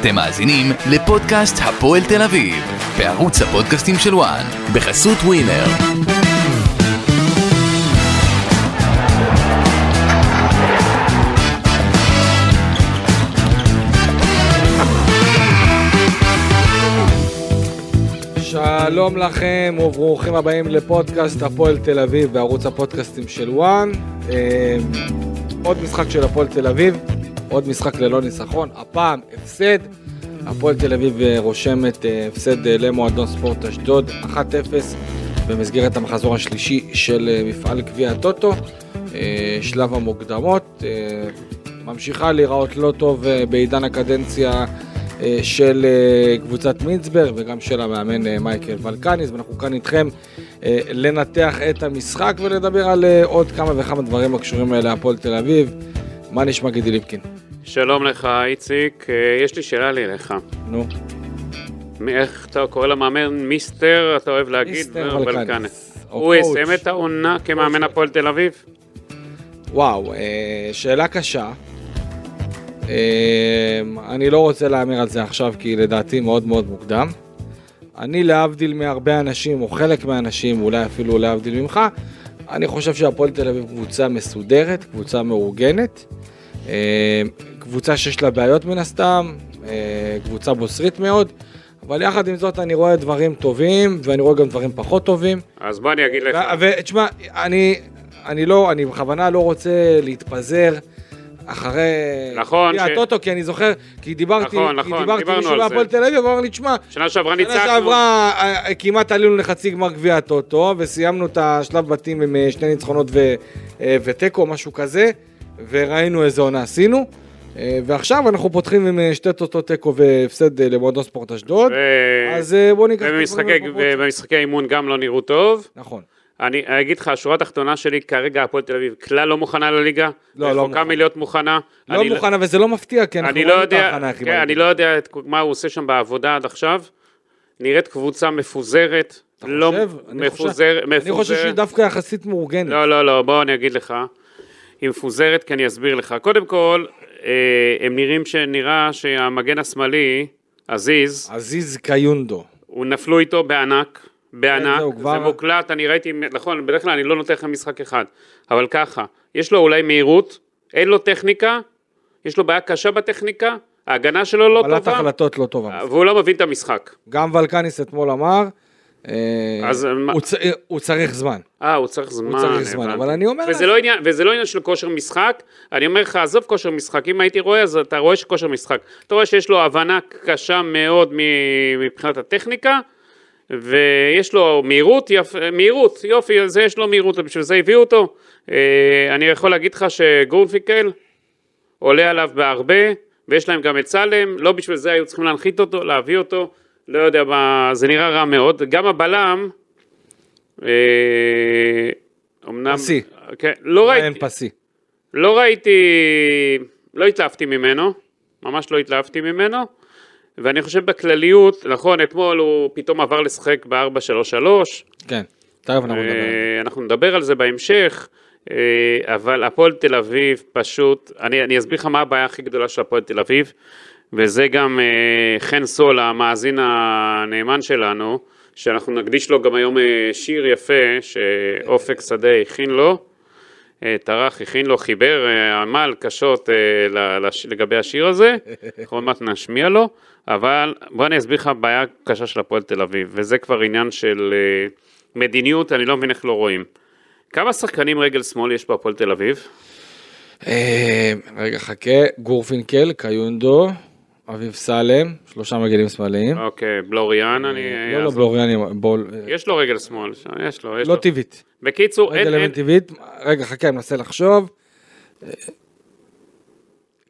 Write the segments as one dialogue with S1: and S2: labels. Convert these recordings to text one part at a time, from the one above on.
S1: אתם מאזינים לפודקאסט הפועל תל אביב, בערוץ הפודקאסטים של וואן, בחסות ווינר.
S2: שלום לכם וברוכים הבאים לפודקאסט הפועל תל אביב בערוץ הפודקאסטים של וואן. אה, עוד משחק של הפועל תל אביב, עוד משחק ללא ניצחון, הפעם הפסד. הפועל תל אביב אה, רושמת אה, הפסד אה, למועדון ספורט אשדוד 1-0 במסגרת המחזור השלישי של אה, מפעל גביע הטוטו, אה, שלב המוקדמות. אה, ממשיכה להיראות לא טוב אה, בעידן הקדנציה אה, של אה, קבוצת מינצברג וגם של המאמן אה, מייקל ולקניס, ואנחנו כאן איתכם אה, לנתח את המשחק ולדבר על אה, עוד כמה וכמה דברים הקשורים אה, להפועל תל אביב. מה נשמע גידי ליפקין?
S3: שלום לך, איציק. אה, יש לי שאלה לי אליך.
S2: נו,
S3: מאיך אתה קורא למאמן מיסטר, אתה אוהב להגיד,
S2: מיסטר
S3: ולקנס.
S2: ולקנס, או
S3: הוא
S2: קואוץ'.
S3: יסיים את העונה כמאמן הפועל תל אביב?
S2: וואו, אה, שאלה קשה. אה, אני לא רוצה להמר על זה עכשיו, כי לדעתי מאוד מאוד מוקדם. אני להבדיל מהרבה אנשים, או חלק מהאנשים, אולי אפילו להבדיל ממך, אני חושב שהפועל תל אביב קבוצה מסודרת, קבוצה מאורגנת, אה, קבוצה שיש לה בעיות מן הסתם, אה, קבוצה בוסרית מאוד, אבל יחד עם זאת אני רואה דברים טובים, ואני רואה גם דברים פחות טובים.
S3: אז בוא אני אגיד לך.
S2: אה, ו- ותשמע, אני, אני לא, אני בכוונה לא רוצה להתפזר אחרי...
S3: נכון,
S2: כי
S3: ש-
S2: הטוטו, כי אני זוכר, כי דיברתי,
S3: נכון,
S2: כי
S3: נכון,
S2: דיברתי עם
S3: דיברנו
S2: מישהו
S3: על זה.
S2: מהפועל תל אביב, הוא אמר לי, תשמע,
S3: שנה שעברה
S2: שנה
S3: ניצחנו.
S2: שעברה אה, אה, כמעט עלינו לחצי גמר גביע הטוטו, וסיימנו את השלב בתים עם אה, שני ניצחונות ו- אה, ותיקו, משהו כזה, וראינו איזה עונה עשינו. אה, ועכשיו אנחנו פותחים עם אה, שתי טוטות תיקו והפסד אה, למועדון ספורט אשדוד.
S3: ו-
S2: אז אה, בואו ניקח... את הדברים
S3: ובמשחקי-
S2: בפרופורציות.
S3: ובמשחקי אימון גם לא נראו טוב.
S2: נכון.
S3: אני אגיד לך, השורה התחתונה שלי, כרגע הפועל תל אביב כלל לא מוכנה לליגה.
S2: לא, לא
S3: רחוקה
S2: מוכנה.
S3: מלהיות מוכנה.
S2: לא
S3: אני-
S2: מוכנה, וזה לא מפתיע, כי אנחנו
S3: אני לא
S2: רואים את
S3: יודע,
S2: ההכנה הכי
S3: כן, אני
S2: בעייתית.
S3: לא יודע את- מה הוא עושה שם בעבודה עד עכשיו. נראית קבוצה מפוזרת.
S2: אתה
S3: לא
S2: חושב? אני חושב-
S3: מפוזרת.
S2: אני חושב שהיא דווקא יחסית מאורגנת.
S3: לא, לא, לא, בוא אני אגיד לך. היא מפוזרת, כי אני אסביר לך. קודם כל, אה, הם נראים שנראה שהמגן השמאלי, עזיז,
S2: עזיז קיונדו.
S3: הוא נפלו איתו בענק, בענק,
S2: זהו,
S3: זה,
S2: כבר-
S3: מוקלט, אני ראיתי, נכון, בדרך כלל אני לא נותן לכם משחק אחד, אבל ככה, יש לו אולי מהירות, אין לו טכניקה, יש לו בעיה קשה בטכניקה, ההגנה שלו לא
S2: קבלת
S3: טובה,
S2: החלטות לא טובה.
S3: והוא לא מבין את המשחק.
S2: גם ולקניס אתמול אמר, אה,
S3: אז מה-
S2: הוא צ- הוא צריך זמן.
S3: אה, הוא צריך זמן.
S2: צריך זמן,
S3: הבנתי.
S2: אבל אני אומר
S3: וזה
S2: לך-
S3: לא, עניין, וזה לא עניין של כושר משחק, אני אומר לך, עזוב כושר משחק, אם הייתי רואה, אז אתה רואה שכושר משחק. אתה רואה שיש לו הבנה קשה מאוד מ- מבחינת הטכניקה, ויש לו מהירות, יפ... מהירות, יופי, זה יש לו מהירות, בשביל זה הביאו אותו. אה, אני יכול להגיד לך שגרונפיקל עולה עליו בהרבה, ויש להם גם את סלם, לא בשביל זה היו צריכים להנחית אותו, להביא אותו, לא יודע מה, זה נראה רע מאוד. גם הבלם, אה, אמנם...
S2: פסי.
S3: כן, לא
S2: אין
S3: ראיתי,
S2: פסי.
S3: לא ראיתי, לא התלהבתי ממנו, ממש לא התלהבתי ממנו, ואני חושב בכלליות, נכון, אתמול הוא פתאום עבר לשחק ב-4-3-3,
S2: כן, תכף אנחנו נדבר. על זה.
S3: אה, אנחנו נדבר על זה בהמשך, אה, אבל הפועל תל אביב פשוט, אני, אני אסביר לך מה הבעיה הכי גדולה של הפועל תל אביב, וזה גם אה, חן סול, המאזין הנאמן שלנו, שאנחנו נקדיש לו גם היום אה, שיר יפה שאופק שדה הכין לו. אה, טרח, הכין לו, חיבר אה, עמל קשות אה, ל- לש- לגבי השיר הזה, אנחנו עוד מעט נשמיע לו, אבל בוא אני אסביר לך בעיה קשה של הפועל תל אביב, וזה כבר עניין של אה, מדיניות, אני לא מבין איך לא רואים. כמה שחקנים רגל שמאל יש בהפועל תל אביב?
S2: אה, רגע, חכה. גורפינקל, קיונדו, אביב סלם, שלושה מגנים שמאליים.
S3: אוקיי, בלוריאן, אני... אה,
S2: לא, לא,
S3: אז-
S2: בלוריאני, בול. אה,
S3: יש לו רגל שמאל, יש לו, יש לו.
S2: לא טבעית.
S3: בקיצור, אין,
S2: רגע,
S3: אין,
S2: לבן טבעית. רגע, חכה, אני מנסה לחשוב. אה,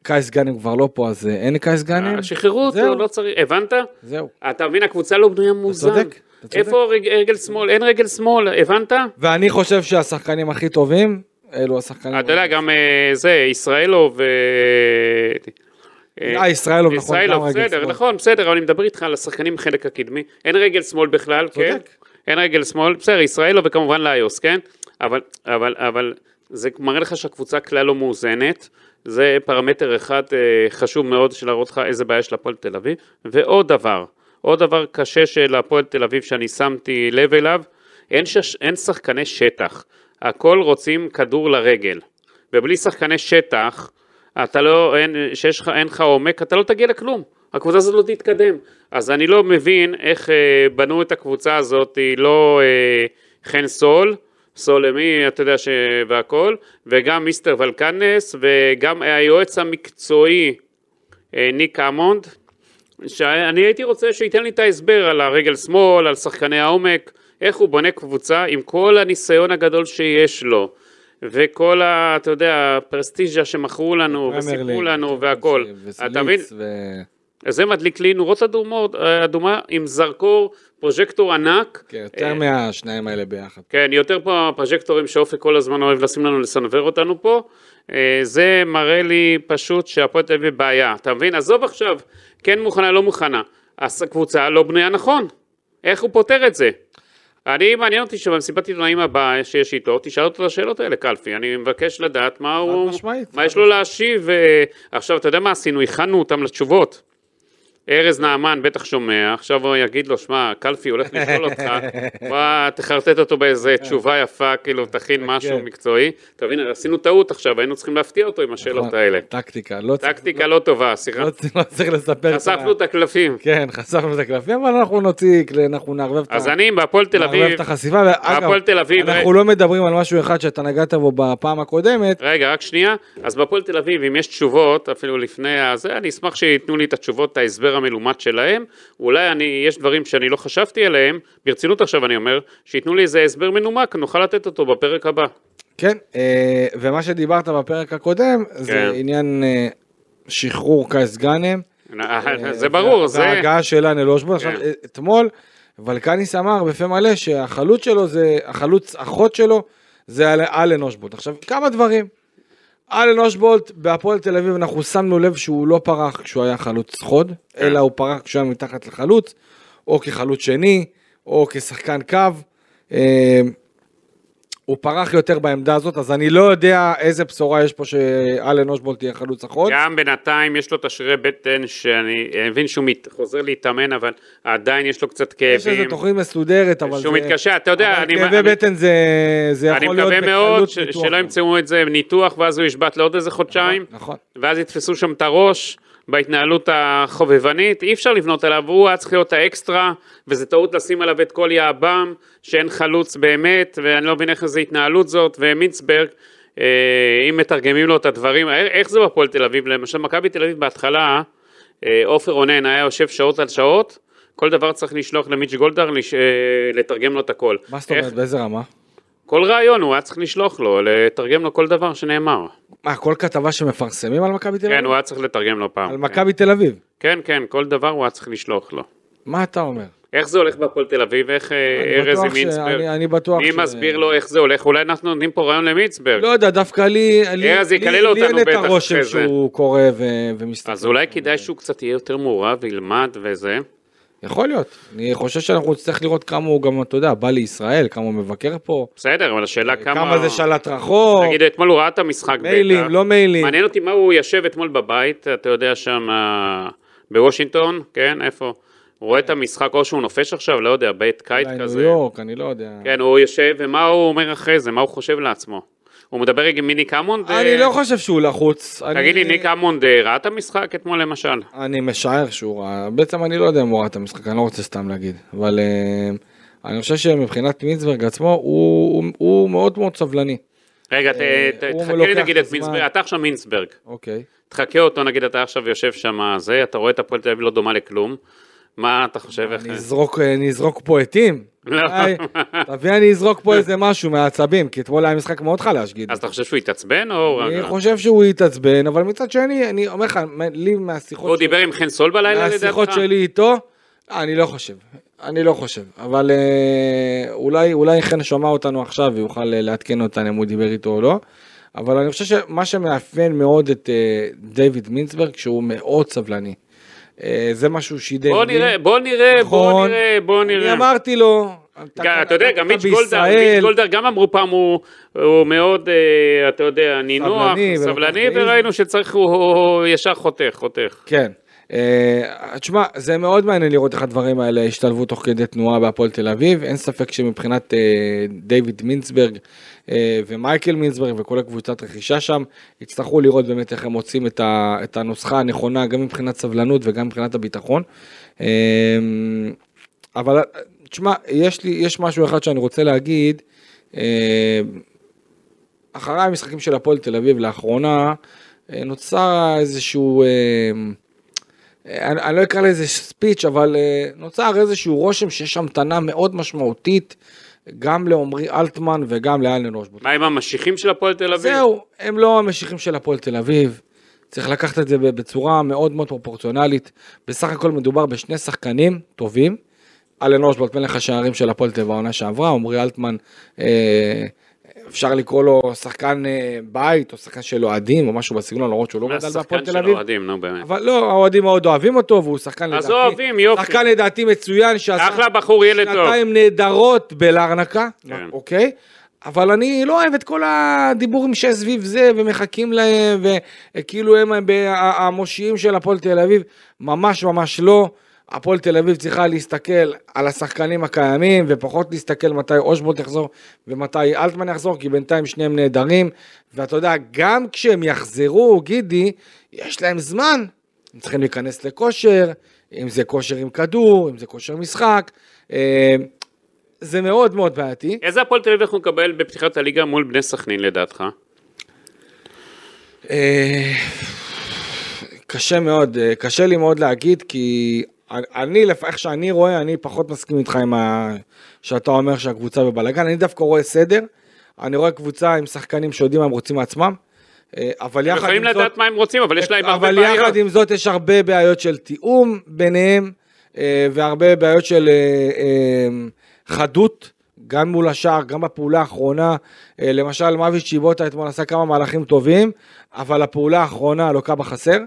S2: קייס גאנם כבר לא פה, אז אה, אין קייס גאנם?
S3: אה, שחררו
S2: זהו.
S3: אותו, לא צריך, הבנת?
S2: זהו.
S3: אתה מבין, הקבוצה לא בנויה מאוזן.
S2: צודק, אתה צודק.
S3: איפה רג- רגל שמאל? אין רגל שמאל, הבנת?
S2: ואני חושב שהשחקנים הכי טובים, אלו השחקנים...
S3: אתה יודע, גם אה, זה, ישראלוב... אה,
S2: אה, ישראלוב, נכון, גם
S3: ישראלוב,
S2: רגל
S3: בסדר,
S2: שמאל.
S3: נכון, בסדר, אבל אני מדבר איתך על השחקנים בחלק הקדמי. אין רגל שמאל בכלל, כן?
S2: צודק.
S3: אין רגל שמאל, בסדר, ישראלוב וכמובן לאיוס, כן? אבל, אבל, אבל זה מראה לך שהקבוצה כלל לא מאוזנת, זה פרמטר אחד אה, חשוב מאוד של להראות לך איזה בעיה יש להפועל תל אביב. ועוד דבר, עוד דבר קשה של הפועל תל אביב שאני שמתי לב אליו, אין, שש, אין שחקני שטח, הכל רוצים כדור לרגל. ובלי שחקני שטח, אתה לא, אין, שיש לך, אין לך עומק, אתה לא תגיע לכלום. הקבוצה הזאת לא תתקדם. אז אני לא מבין איך אה, בנו את הקבוצה הזאת, היא לא אה, חן סול, סול למי, אתה יודע, ש... והכל, וגם מיסטר ולקנס, וגם היועץ המקצועי אה, ניק אמונד, שאני הייתי רוצה שייתן לי את ההסבר על הרגל שמאל, על שחקני העומק, איך הוא בונה קבוצה עם כל הניסיון הגדול שיש לו, וכל ה... אתה יודע, הפרסטיג'ה שמכרו לנו, וסיפרו
S2: כן,
S3: לנו, והכל. אתה מבין?
S2: וסליץ ו...
S3: זה מדליק לי נורות אדומות, אה, אדומה עם זרקור, פרוז'קטור ענק.
S2: כן, יותר
S3: אה,
S2: מהשניים האלה ביחד.
S3: כן, יותר פה הפרוז'קטורים שאופק כל הזמן אוהב לשים לנו, לסנוור אותנו פה. אה, זה מראה לי פשוט שהפועל תל אביב בעיה, אתה מבין? עזוב עכשיו, כן מוכנה, לא מוכנה. אז הקבוצה לא בנויה נכון. איך הוא פותר את זה? אני, מעניין אותי שבמסיבת עיתונאים הבאה שיש איתו, תשאל אותו את השאלות האלה, קלפי. אני מבקש לדעת מה הוא...
S2: משמעית,
S3: מה
S2: חד
S3: יש לו להשיב. אה, עכשיו, אתה יודע מה עשינו? הכנו אותם לתשובות. ארז נעמן בטח שומע, עכשיו הוא יגיד לו, שמע, קלפי הולך לשאול אותך, וואי, תחרטט אותו באיזה תשובה יפה, כאילו, תכין משהו
S2: כן.
S3: מקצועי. אתה מבין, עשינו טעות עכשיו, היינו צריכים להפתיע אותו עם השאלות האלה.
S2: נכון? טקטיקה, לא צריך-
S3: לא טקטיקה לא טובה,
S2: לא
S3: סליחה.
S2: צריך- לא צריך לספר. ה-
S3: חשפנו את הקלפים.
S2: כן, חשפנו את הקלפים, אבל אנחנו נוציא, כל- אנחנו נערבב את ה-
S3: אז אני, בהפועל תל
S2: נערבב
S3: אביב,
S2: לא, את החשיפה. ואגב,
S3: הפועל תל אביב, אה,
S2: אנחנו לא מדברים על משהו אחד שאתה נגעת בו בפעם הקודמת.
S3: רגע, רק שנייה. אז בהפועל תל אביב, אם יש תשובות, אפילו לפני הזה, אני אשמח שייתנו לי את התשובות, את ההסבר המלומד שלהם. אולי אני, יש דברים שאני לא חשבתי עליהם, ברצינות עכשיו אני אומר, שייתנו לי איזה הסבר מנומק, נוכל לתת אותו בפרק הבא.
S2: כן, אה, ומה שדיברת בפרק הקודם, זה
S3: כן.
S2: עניין אה, שחרור קייס גאנם.
S3: כן,
S2: אה,
S3: זה ברור, זה...
S2: ההגעה של אנל אושבון. עכשיו,
S3: כן.
S2: אה, אתמול ולקניס אמר בפה מלא שהחלוץ שלו זה, החלוץ אחות שלו זה אל- אלן אושבולט. עכשיו, כמה דברים. אלן אושבולט בהפועל תל אביב, אנחנו שמנו לב שהוא לא פרח כשהוא היה חלוץ חוד,
S3: כן.
S2: אלא הוא פרח כשהוא היה מתחת לחלוץ, או כחלוץ שני, או כשחקן קו. אה, הוא פרח יותר בעמדה הזאת, אז אני לא יודע איזה בשורה יש פה שאלן אושבולט יהיה חלוץ החוד.
S3: גם בינתיים יש לו תשרי בטן שאני אני מבין שהוא מת- חוזר להתאמן, אבל עדיין יש לו קצת
S2: יש איזו
S3: כאבים.
S2: תוכנית מסודרת, אבל
S3: שהוא מתקשה, אתה יודע,
S2: אבל
S3: אני-
S2: כאבי
S3: אני-
S2: בטן זה, זה
S3: אני
S2: יכול להיות
S3: מקווה מאוד ש-
S2: ניתוח.
S3: שלא ימצאו את זה ניתוח, ואז הוא ישבת לעוד איזה חודשיים.
S2: נכון.
S3: ואז יתפסו שם את הראש בהתנהלות החובבנית, אי אפשר לבנות עליו, הוא היה צריך להיות האקסטרה, וזה טעות לשים עליו את כל יעבם, שאין חלוץ באמת, ואני לא מבין איך איזה התנהלות זאת, ומינצברג, אה, אם מתרגמים לו את הדברים, אה, איך זה בפועל תל אביב, למשל מכבי תל אביב בהתחלה, אה, עופר רונן היה יושב שעות על שעות, כל דבר צריך לשלוח למיץ' גולדהר לש- אה, לתרגם לו את הכל.
S2: מה זאת אומרת,
S3: איך-
S2: באיזה רמה?
S3: כל רעיון הוא היה צריך לשלוח לו, לתרגם לו כל דבר שנאמר.
S2: מה, כל כתבה שמפרסמים על מכבי תל אביב?
S3: כן, הוא היה צריך לתרגם לו פעם.
S2: על
S3: כן.
S2: מכבי תל אביב.
S3: כן, כן, כל דבר הוא היה צריך לשלוח לו.
S2: מה אתה אומר?
S3: איך זה הולך בהפועל תל אביב, איך אה,
S2: אני
S3: ארז
S2: בטוח
S3: עם
S2: ש-
S3: מינצברג,
S2: אני- אני בטוח
S3: מי
S2: ש-
S3: מסביר לו איך זה הולך, אולי אנחנו נותנים פה רעיון למינצברג,
S2: לא יודע, דווקא לי... לי-
S3: ארז
S2: לי-
S3: אה, יקלל
S2: לי
S3: אותנו
S2: אין את
S3: בטח
S2: הרושם
S3: אחרי זה.
S2: שהוא קורא ו- ומסתכל.
S3: אז אולי כדאי שהוא קצת יהיה יותר מעורב, ילמד וזה.
S2: יכול להיות. אני חושב שאנחנו נצטרך לראות כמה הוא גם, אתה יודע, בא לישראל, כמה הוא מבקר פה,
S3: בסדר, אבל השאלה כמה...
S2: אה, כמה זה שלט רחוק,
S3: תגיד, אתמול הוא ראה את המשחק
S2: מיילים,
S3: בטח.
S2: לא מיילים.
S3: מעניין אותי מה הוא ישב אתמול בבית, אתה יודע שם אה, בוושינגטון, כן, איפה? הוא רואה את המשחק, או שהוא נופש עכשיו, לא יודע, בית
S2: כן.
S3: קיץ
S2: אולי ניו
S3: כזה.
S2: יורק, אני לא יודע.
S3: כן, הוא יושב, ומה הוא אומר אחרי זה, מה הוא חושב לעצמו? הוא מדבר רגע עם מיני קאמונד?
S2: אני לא חושב שהוא לחוץ.
S3: אה, תגיד לי,
S2: אני-
S3: ניק אמונד אה, ראה את המשחק אתמול למשל?
S2: אני משער שהוא ראה, בעצם אני לא יודע אם הוא ראה את המשחק, אני לא רוצה סתם להגיד, אבל אה, אני חושב שמבחינת מינסברג עצמו, הוא, הוא, הוא מאוד מאוד סבלני.
S3: רגע, ת-
S2: אה,
S3: ת-
S2: הוא
S3: תחכה לי
S2: לוקח
S3: נגיד
S2: את
S3: את
S2: הזמן.
S3: מינסברג, אתה עכשיו מינסברג,
S2: אוקיי.
S3: תחכה אותו נגיד, אתה עכשיו יושב שם, אה, זה, אתה רואה את הפועל תל אביב לא דומה לכלום, מה אתה חושב איך...
S2: נזרוק, אה, נזרוק פה עטים?
S3: אוקיי. לא.
S2: אולי- תביא אני אזרוק פה איזה משהו מהעצבים, כי אתמול היה משחק מאוד חלש, גידי.
S3: אז אתה אה. חושב שהוא התעצבן או...
S2: אני חושב שהוא יתעצבן, אבל מצד שני, אני אומר לך, מה- לי
S3: הוא
S2: מהשיחות,
S3: דיבר עם חן סול בלילה לדעתך?
S2: מהשיחות שלי איתו, אני לא חושב. אני לא חושב, אבל אה, אולי, אולי חן שומע אותנו עכשיו ויוכל אה, לעדכן אותנו אם הוא דיבר איתו או לא. אבל אני חושב שמה שמאפיין מאוד את אה, דיוויד מינסברג, שהוא מאוד סבלני. אה, זה משהו שידר
S3: בוא
S2: לי.
S3: נראה, בוא נראה,
S2: נכון.
S3: בוא נראה, בוא
S2: אני
S3: נראה.
S2: אמרתי לו,
S3: גם- אתה יודע, גם מיץ' גולדהר,
S2: בישראל-
S3: מיץ' גולדהר גם אמרו פעם, הוא הוא מאוד, אה, אתה יודע, נינוח,
S2: סבלני ולא
S3: סבלני,
S2: פחדני.
S3: וראינו שצריך, הוא- הוא ישר חותך, חותך.
S2: כן. אה, תשמע, זה מאוד מעניין לראות איך הדברים האלה השתלבו תוך כדי תנועה בהפועל תל אביב. אין ספק שמבחינת אה, דיוויד מינסברג אה, ומייקל מינסברג וכל הקבוצת רכישה שם, יצטרכו לראות באמת איך הם מוצאים את, ה, את הנוסחה הנכונה, גם מבחינת סבלנות וגם מבחינת הביטחון. אה, אבל אה, תשמע, יש, לי, יש משהו אחד שאני רוצה להגיד. אה, אחרי המשחקים של הפועל תל אביב לאחרונה, אה, נוצר איזשהו, אה, אה, אני, אני לא אקרא לזה ספיץ', אבל אה, נוצר איזשהו רושם שיש המתנה מאוד משמעותית, גם לעומרי אלטמן וגם לאלן רושבוט.
S3: מה עם המשיחים של הפועל תל אביב?
S2: זהו, הם לא המשיכים של הפועל תל אביב. צריך לקחת את זה בצורה מאוד מאוד פרופורציונלית. בסך הכל מדובר בשני שחקנים טובים. אלן אושבולט מלך השערים של הפועל תל אביב העונה שעברה, עמרי אלטמן, אה, אפשר לקרוא לו שחקן אה, בית או שחקן של אוהדים או משהו בסגנון, למרות שהוא לא גדל בהפועל
S3: מהשחקן
S2: תל
S3: של
S2: אביב.
S3: האוהדים, נו באמת.
S2: אבל לא, האוהדים מאוד אוהבים אותו, והוא שחקן
S3: אז אוהבים, יופי.
S2: שחקן לדעתי מצוין, שעשה
S3: אחלה בחור, ילד טוב.
S2: שנתיים נהדרות בלארנקה,
S3: כן.
S2: אוקיי? אבל אני לא אוהב את כל הדיבורים שסביב זה, ומחכים להם, וכאילו הם ה- המושיעים של הפועל תל אביב, ממש ממש לא. הפועל תל אביב צריכה להסתכל על השחקנים הקיימים, ופחות להסתכל מתי אושבולט יחזור ומתי אלטמן יחזור, כי בינתיים שניהם נהדרים. ואתה יודע, גם כשהם יחזרו, גידי, יש להם זמן. הם צריכים להיכנס לכושר, אם זה כושר עם כדור, אם זה כושר משחק. אה, זה מאוד מאוד בעייתי.
S3: איזה הפועל תל אביב אנחנו נקבל בפתיחת הליגה מול בני סכנין לדעתך?
S2: אה, קשה מאוד, אה, קשה לי מאוד להגיד, כי אני, לפ- איך שאני רואה, אני פחות מסכים איתך עם ה... שאתה אומר שהקבוצה בבלאגן, אני דווקא רואה סדר, אני רואה קבוצה עם שחקנים שיודעים מה הם רוצים מעצמם, אה, אבל
S3: הם
S2: יחד
S3: יכולים
S2: עם זאת...
S3: לדעת מה הם רוצים, אבל יש להם הרבה
S2: אבל יחד
S3: בעיות.
S2: עם זאת יש הרבה בעיות של תיאום ביניהם, אה, והרבה בעיות של אה, אה, חדות, גם מול השער, גם בפעולה האחרונה. אה, למשל, מאבי צ'יבוטה אתמול עשה כמה מהלכים טובים, אבל הפעולה האחרונה לוקה בחסר,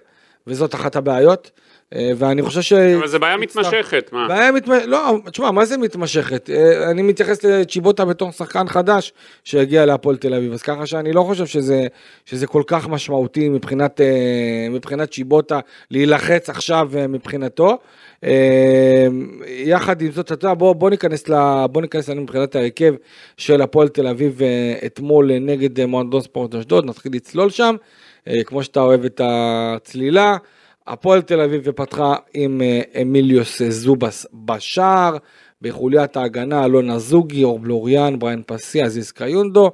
S2: וזאת אחת הבעיות. אה, ואני חושב ש...
S3: אבל זו בעיה מתמשכת, מה?
S2: בעיה מתמשכת, לא, תשמע, מה זה מתמשכת? אה, אני מתייחס לצ'יבוטה בתור שחקן חדש שהגיע להפועל תל אביב, אז ככה שאני לא חושב שזה, שזה כל כך משמעותי מבחינת, אה, מבחינת צ'יבוטה להילחץ עכשיו אה, מבחינתו. אה, יחד עם זאת, אתה יודע, בוא, בוא ניכנס, ל- בוא ניכנס לנו מבחינת ההרכב של הפועל תל אביב אה, אתמול אה, נגד אה, מועדון ספורט אשדוד, נתחיל לצלול שם, אה, כמו שאתה אוהב את הצלילה. הפועל תל אביב ופתחה עם אה, אמיליוס זובס בשער, בחוליית ההגנה אלון אזוגי, אור בלוריאן, בריין פסי, עזיז קיונדו,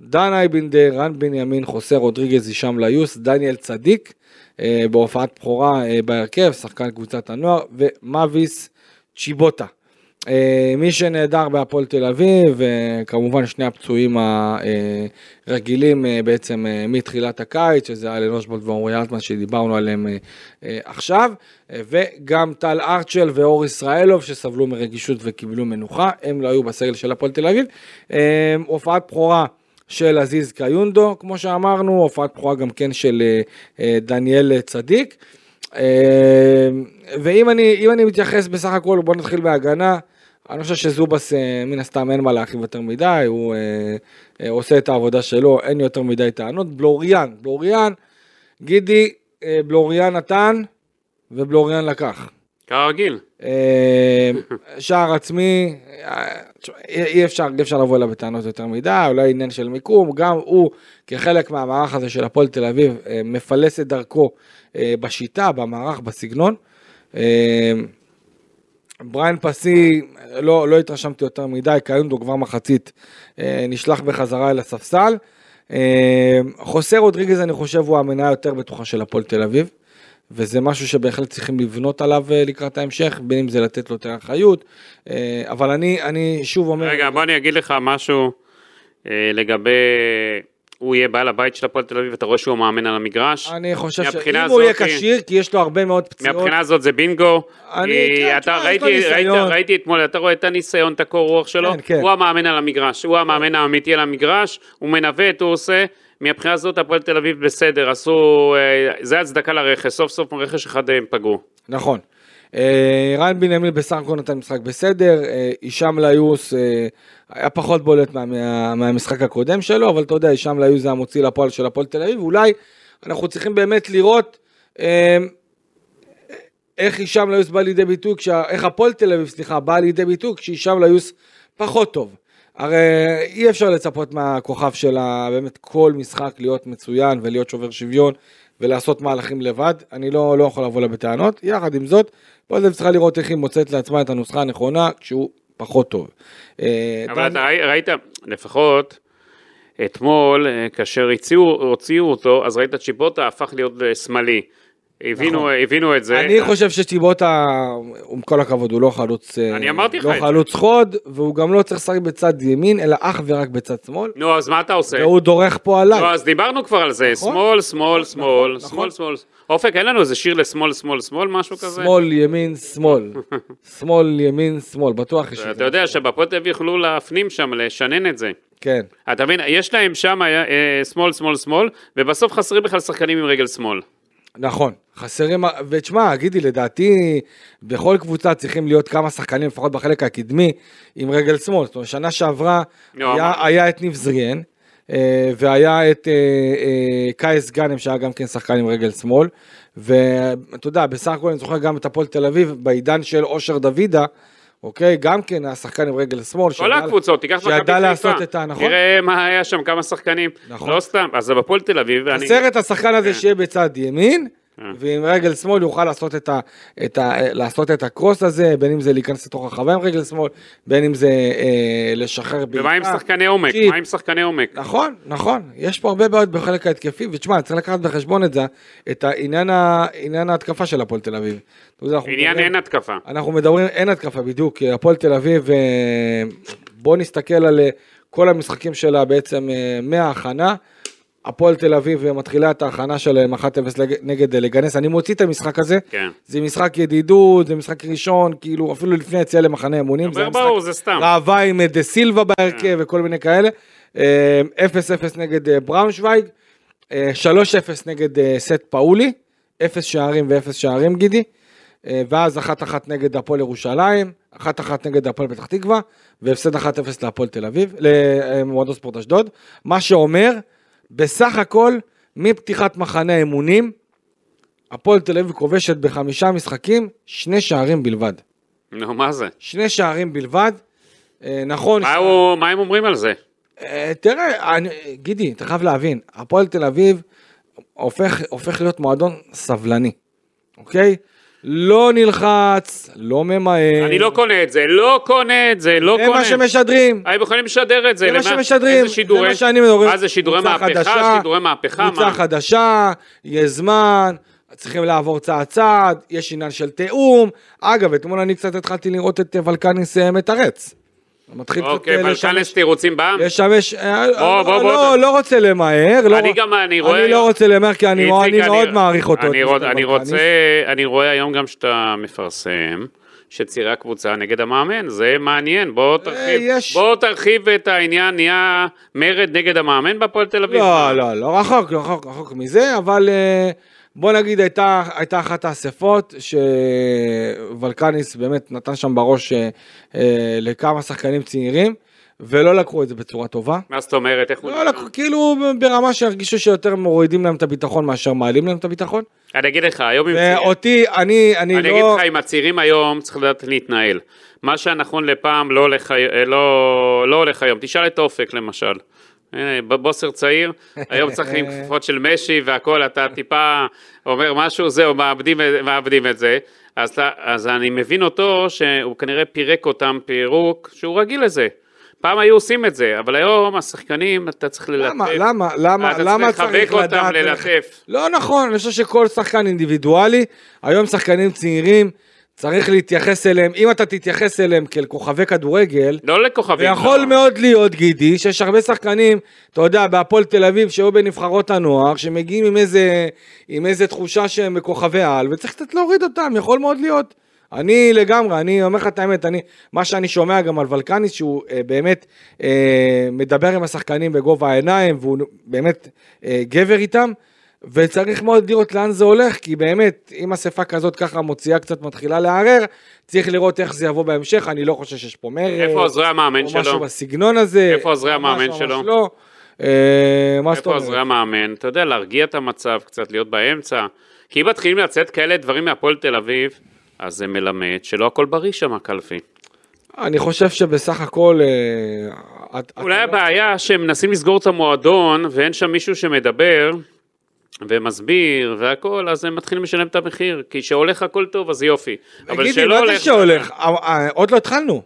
S2: דן אייבינדר, רן בנימין, חוסה רודריגז, הישאם ליוס, דניאל צדיק, אה, בהופעת בכורה אה, בהרכב, שחקן קבוצת הנוער, ומאביס צ'יבוטה. אה, מי שנעדר בהפועל תל אביב, אה, כמובן שני הפצועים הרגילים אה, בעצם אה, מתחילת הקיץ, שזה אלן רושבולד ועמרי אלטמן שדיברנו עליהם אה, אה, עכשיו, אה, וגם טל ארצ'ל ואור ישראלוב שסבלו מרגישות וקיבלו מנוחה, הם לא היו בסגל של הפועל תל אביב. אה, הופעת בכורה של עזיז קיונדו, כמו שאמרנו, הופעת בכורה גם כן של אה, אה, דניאל צדיק. אה, ואם אני, אם אני מתייחס בסך הכל, בוא נתחיל בהגנה. אני חושב שזובס, אה, מן הסתם אין מה להרחיב יותר מדי, הוא אה, אה, עושה את העבודה שלו, אין יותר מדי טענות. בלוריאן, בלוריאן, גידי, אה, בלוריאן נתן ובלוריאן לקח.
S3: כרגיל.
S2: אה, שער עצמי, אה, תשמע, אי אי אפשר, אי אפשר לבוא אליו בטענות יותר מדי, אולי עניין של מיקום, גם הוא כחלק מהמערך הזה של הפועל תל אביב אה, מפלס את דרכו אה, בשיטה, במערך, בסגנון. אה, בריין פסי, לא, לא התרשמתי יותר מדי, קיונדו כבר מחצית אה, נשלח בחזרה אל הספסל. אה, חוסה רודריגז, אני חושב, הוא המניה היותר בטוחה של הפועל תל אביב. וזה משהו שבהחלט צריכים לבנות עליו אה, לקראת ההמשך, בין אם זה לתת לו יותר אחריות. אה, אבל אני, אני שוב אומר,
S3: רגע, בוא אני אגיד לך משהו אה, לגבי... הוא יהיה בעל הבית של הפועל תל אביב, אתה רואה שהוא מאמן על המגרש?
S2: אני חושב שאם
S3: מהבחינה
S2: הוא יהיה
S3: הזאתי-
S2: כשיר, כי יש לו הרבה מאוד פציעות,
S3: מהבחינה הזאת זה בינגו.
S2: אני-
S3: אה,
S2: כן,
S3: אתה
S2: תשמע, יש
S3: ראיתי,
S2: לו
S3: ראיתי,
S2: ניסיון.
S3: ראיתי אתמול, אתה רואה את הניסיון, את הקור רוח שלו,
S2: כן, כן.
S3: הוא המאמן על המגרש, הוא המאמן האמיתי על המגרש, הוא מנווט, הוא עושה, מהבחינה הזאת הפועל תל אביב בסדר, עשו, אה, זה הצדקה לרכש, סוף סוף רכש אחד הם פגעו.
S2: נכון. אה, רן בנימין בסך הכל נתן משחק בסדר, אה, הישאם ליוס אה, היה פחות בולט מה, מה, מהמשחק הקודם שלו, אבל אתה יודע, הישאם ליוס זה המוציא לפועל של הפועל תל אביב, אולי אנחנו צריכים באמת לראות אה, איך הישאם ליוס בא לידי ביטוי, כשה, איך הפועל תל אביב, סליחה, בא לידי ביטוי כשהישאם ליוס פחות טוב. הרי אי אפשר לצפות מהכוכב שלה באמת כל משחק להיות מצוין ולהיות שובר שוויון ולעשות מהלכים לבד, אני לא, לא יכול לבוא לה בטענות. יחד עם זאת, פה זה צריכה לראות איך היא מוצאת לעצמה את הנוסחה הנכונה כשהוא פחות טוב. אה,
S3: אבל
S2: דן-
S3: אתה ראי- ראית, לפחות אתמול, אה, כאשר הציעו, הוציאו אותו, אז ראית צ'יבוטה הפך להיות אה, שמאלי. הבינו,
S2: נכון.
S3: הבינו את זה.
S2: אני חושב שצ'יבוטה, עם כל הכבוד, הוא לא חלוץ... אה,
S3: אני אמרתי לך
S2: לא
S3: את זה.
S2: חלוץ חוד, והוא גם לא צריך לשחק בצד ימין, אלא אך ורק בצד שמאל,
S3: נו, אז מה אתה עושה?
S2: והוא דורך פה עליי.
S3: לא, אז דיברנו כבר על זה.
S2: נכון.
S3: שמאל, שמאל, שמאל,
S2: נכון.
S3: שמאל, שמאל. אופק, אין לנו איזה שיר לשמאל, שמאל, שמאל, משהו כזה?
S2: שמאל, ימין, שמאל. שמאל, ימין, שמאל, בטוח יש את
S3: אתה
S2: זה.
S3: יודע שבפועל תל אביב יוכלו להפנים שם, לשנן את זה.
S2: כן.
S3: אתה מבין, יש להם שם אה, אה, שמאל, שמאל, שמאל, ובסוף חסרים בכלל שחקנים עם רגל שמאל.
S2: נכון, חסרים, ותשמע, גידי, לדעתי, בכל קבוצה צריכים להיות כמה שחקנים, לפחות בחלק הקדמי, עם רגל שמאל. זאת אומרת, שנה שעברה
S3: לא,
S2: היה,
S3: אמרתי.
S2: היה את ניב זריאן, אה, והיה את אה, אה, קייס גאנם, שהיה גם כן שחקן עם רגל שמאל. ואתה יודע, בסך הכל אני זוכר גם את הפועל תל אביב, בעידן של אושר דוידה, אוקיי? גם כן היה שחקן עם רגל שמאל.
S3: כל
S2: שידע-
S3: הקבוצות, תיקח מכבי
S2: שידע
S3: חיפה.
S2: לעשות את ה... נכון?
S3: תראה מה היה שם, כמה שחקנים.
S2: נכון.
S3: לא סתם, אז בפועל תל אביב, אני...
S2: חסר את השחקן הזה שיהיה בצד ימין,
S3: כן.
S2: ועם רגל שמאל יוכל לעשות את, ה, את ה, לעשות את הקרוס הזה, בין אם זה להיכנס לתוך הרחבה עם רגל שמאל, בין אם זה אה, לשחרר בעיטה.
S3: ומה עם שחקני עומק?
S2: שיט.
S3: מה עם שחקני עומק?
S2: נכון, נכון, יש פה הרבה בעיות בחלק ההתקפי, ותשמע, צריך לקחת בחשבון את זה, את העניין, ה, עניין ההתקפה של הפועל תל אביב. אתה יודע, אנחנו
S3: עניין
S2: מדברים-
S3: אין התקפה.
S2: אנחנו מדברים, אין התקפה בדיוק, כי הפועל תל אביב, אה, בואו נסתכל על אה, כל המשחקים שלה בעצם אה, מההכנה. הפועל תל אביב אה, מתחילה את ההכנה שלהם 1-0 לג- נגד אה, לגנס, אני מוציא את המשחק הזה,
S3: כן.
S2: זה משחק ידידות, זה משחק ראשון, כאילו אפילו לפני היציאה למחנה אימונים, אה, זה
S3: אומר
S2: היה משחק
S3: ברור, זה סתם.
S2: ראווה עם אה, דה סילבה בהרכב וכל מיני כאלה, אה, 0-0 נגד אה, בראונשוויג, אה, 3-0 נגד אה, סט פאולי, 0 שערים ו-0 שערים גידי, אה, ואז 1-1 נגד הפועל ירושלים, 1-1 נגד הפועל פתח תקווה, והפסד 1-0 להפועל תל אביב, למועדון ספורט אשדוד, מה שאומר, בסך הכל, מפתיחת מחנה האימונים, הפועל תל אביב כובשת בחמישה משחקים, שני שערים בלבד.
S3: נו, מה זה?
S2: שני שערים בלבד. אה, נכון,
S3: מה הוא- מה הם אומרים על זה?
S2: אה, תראה, אני, גידי, אתה חייב להבין, הפועל תל אביב הופך, הופך להיות מועדון סבלני, אוקיי? לא נלחץ, לא ממהר.
S3: אני לא קונה את זה, לא קונה את זה, לא
S2: זה
S3: קונה.
S2: מה שמשדרים.
S3: הם יכולים לשדר את זה.
S2: זה מה
S3: אה, למה-
S2: שמשדרים,
S3: איזה שידורי-
S2: זה מה שאני מדבר.
S3: מה זה, שידורי
S2: קבוצה
S3: מהפכה?
S2: חדשה,
S3: שידורי מהפכה?
S2: קבוצה
S3: מה?
S2: חדשה, יש זמן, צריכים לעבור צעד צעד, יש עניין של תיאום. אגב, אתמול אני קצת התחלתי לראות את אה, ולקניס אה, מתרץ. מתחיל קצת
S3: אוקיי,
S2: אה,
S3: ולקנס תירוצים בעם?
S2: לשמש, אה,
S3: בוא, בוא, בוא.
S2: לא, לא רוצה למהר, לא-
S3: אני גם- אני רואה-
S2: אני לא רוצה למהר כי אני
S3: איציק,
S2: אני מאוד מעריך אותו.
S3: אני,
S2: את
S3: רוצ,
S2: מיסטר
S3: אני,
S2: ולקניס.
S3: רוצה, אני רואה היום גם שאתה מפרסם שצירי הקבוצה נגד המאמן, זה מעניין, בוא תרחיב,
S2: אה, יש-
S3: בוא תרחיב את העניין, נהיה מרד נגד המאמן בהפועל תל אביב.
S2: לא, לא, לא רחוק, לא רחוק, רחוק מזה, אבל אה, בוא נגיד הייתה, הייתה אחת האספות שוולקניס באמת נתן שם בראש אה, אה, לכמה שחקנים צעירים, ולא לקחו את זה בצורה טובה.
S3: מה זאת אומרת, איך הוא...
S2: לא לקחו, כאילו ברמה שהרגישו שיותר מורידים להם את הביטחון מאשר מעלים להם את הביטחון.
S3: אני אגיד לך, היום עם צירים,
S2: ואותי, אני, אני לא...
S3: אוקיי. אני אגיד לך, עם הצעירים היום צריך לדעת להתנהל. מה שנכון לפעם לא הולך, הי- אה, לא, לא הולך היום, תשאל את אופק למשל. אה, ב- בוסר צעיר, היום צריך עם כפפות של משי והכל, אתה טיפה אומר משהו, זהו, מאבדים, את- מאבדים את זה. אז, אתה- אז אני מבין אותו שהוא כנראה פירק אותם פירוק, שהוא רגיל לזה. פעם היו עושים את זה, אבל היום השחקנים, אתה צריך ללטף.
S2: למה, למה, למה,
S3: אתה
S2: למה
S3: צריך לחבק
S2: צריך
S3: אותם,
S2: לדעת...
S3: ללטף.
S2: לא נכון, אני חושב שכל שחקן אינדיבידואלי, היום שחקנים צעירים, צריך להתייחס אליהם, אם אתה תתייחס אליהם כאל כוכבי כדורגל,
S3: לא לכוכבים.
S2: ויכול
S3: לא.
S2: מאוד להיות, גידי, שיש הרבה שחקנים, אתה יודע, בהפועל תל אביב, שהיו בנבחרות הנוער, שמגיעים עם איזה, עם איזה תחושה שהם כוכבי על, וצריך קצת להוריד אותם, יכול מאוד להיות. אני לגמרי, אני אומר לך את האמת, אני, מה שאני שומע גם על ולקניס, שהוא אה, באמת אה, מדבר עם השחקנים בגובה העיניים, והוא באמת אה, גבר איתם, וצריך מאוד לראות לאן זה הולך, כי באמת, אם אספה כזאת ככה מוציאה קצת מתחילה לערער, צריך לראות איך זה יבוא בהמשך, אני לא חושב שיש פה מרד.
S3: איפה עוזרי המאמן
S2: או משהו
S3: שלו?
S2: בסגנון הזה.
S3: איפה עוזרי
S2: ממש
S3: המאמן
S2: ממש
S3: שלו?
S2: לא. אה, מה זאת
S3: איפה עוזרי
S2: אומרת?
S3: המאמן? אתה יודע, להרגיע את המצב קצת, להיות באמצע. כי אם מתחילים לצאת כאלה דברים מהפועל תל אביב, אז זה מלמד שלא הכל בריא שם, קלפי.
S2: אני חושב שבסך הכל... אה, את- את
S3: אולי
S2: לא-
S3: הבעיה שהם מנסים לסגור את המועדון, ואין שם מישהו שמדבר ומסביר והכל, אז הם מתחילים לשלם את המחיר. כי כשהולך הכל טוב, אז יופי. אבל
S2: תגיד לי,
S3: כשלא
S2: מה זה
S3: הולך...
S2: שהולך? אה, אה, עוד לא התחלנו.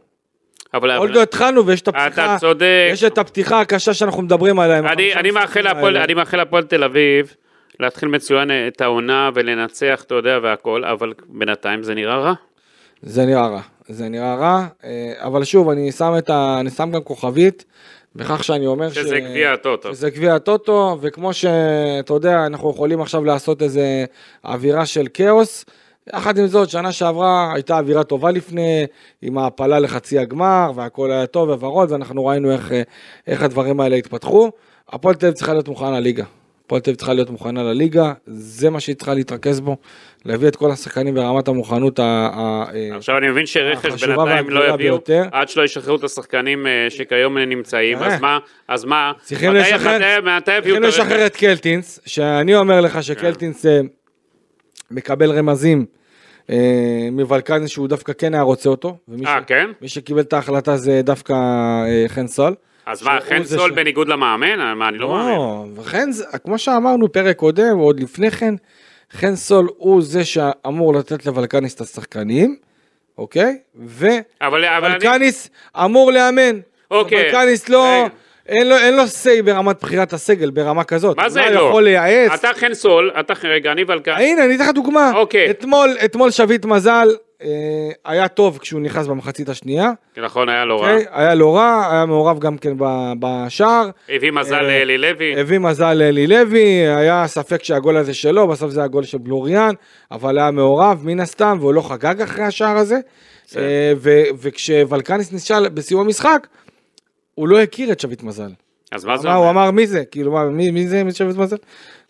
S3: אבל-
S2: עוד
S3: אבל-
S2: לא התחלנו ויש את
S3: אתה
S2: הפתיחה.
S3: צודק.
S2: יש את הפתיחה הקשה שאנחנו מדברים עליה. עם
S3: אני,
S2: החמישה
S3: אני, מאחל
S2: המשחקים
S3: להפועל,
S2: האלה.
S3: אני מאחל להפועל תל אביב להתחיל מצוין אה, את העונה ולנצח, אתה יודע, והכל, אבל בינתיים זה נראה רע.
S2: זה נראה רע, זה נראה רע, אה, אבל שוב, אני שם, את ה... אני שם גם כוכבית, בכך שאני אומר
S3: שזה גביע הטוטו.
S2: שזה גביע הטוטו, וכמו שאתה יודע, אנחנו יכולים עכשיו לעשות איזה אווירה של כאוס. יחד עם זאת, שנה שעברה הייתה אווירה טובה לפני, עם ההעפלה לחצי הגמר, והכל היה טוב וורוד, ואנחנו ראינו איך, אה, איך הדברים האלה התפתחו. הפועל תל אביב צריכה להיות מוכנה לליגה. הפועל תל אביב צריכה להיות מוכנה לליגה, זה מה שהיא צריכה להתרכז בו, להביא את כל השחקנים ברמת המוכנות ה... ה... אה,
S3: עכשיו אני מבין שרכש
S2: החשובה
S3: בינתיים לא
S2: והגדולה
S3: יביאו,
S2: ביותר.
S3: עד שלא ישחררו את השחקנים אה, שכיום נמצאים,
S2: אה.
S3: אז מה, אז מה,
S2: צריכים
S3: מתי-
S2: לשחרר-
S3: מתי- מתי יביאו
S2: צריכים
S3: את הרכש?
S2: לשחרר את קלטינס, שאני אומר לך שקלטינס אה, מקבל רמזים אה, מוולקני שהוא דווקא כן היה רוצה אותו. ומי ש-
S3: אה, כן?
S2: מי שקיבל את ההחלטה זה דווקא אה, חן סול.
S3: אז מה,
S2: שהוא
S3: חן
S2: זה
S3: סול
S2: ש-
S3: בניגוד למאמן? מה, אני לא מאמין.
S2: וכן, כמו שאמרנו פרק קודם, או עוד לפני כן, חן סול הוא זה שאמור לתת לוולקניס את השחקנים, אוקיי?
S3: אבל אבל אני...
S2: ווולקניס אמור לאמן.
S3: אוקיי.
S2: וולקניס לא...
S3: רגע.
S2: אין לו, אין לו say ברמת בחירת הסגל ברמה כזאת.
S3: מה זה
S2: אולי
S3: לא?
S2: הוא יכול לייעץ,
S3: אתה חן סול, אתה רגע, אני ולקן.
S2: הנה, אני אתן לך דוגמה.
S3: אוקיי.
S2: אתמול, אתמול שביט מזל אה, היה טוב כשהוא נכנס במחצית השנייה.
S3: נכון, היה לא רע.
S2: אוקיי? היה לא רע, היה מעורב גם כן ב- בשער.
S3: הביא מזל
S2: אה,
S3: לאלי לוי.
S2: הביא מזל לאלי לוי, היה ספק שהגול הזה שלו, בסוף זה הגול של בלוריאן, אבל היה מעורב מן הסתם, והוא לא חגג אחרי השער הזה.
S3: בסדר.
S2: אה, ו- וכשוולקניס נשאל בסיום המשחק, הוא לא הכיר את שביט מזל.
S3: אז מה זה
S2: מה, הוא
S3: אומר?
S2: אמר מי זה? כאילו מה, מי, מי זה מי שבט מזל?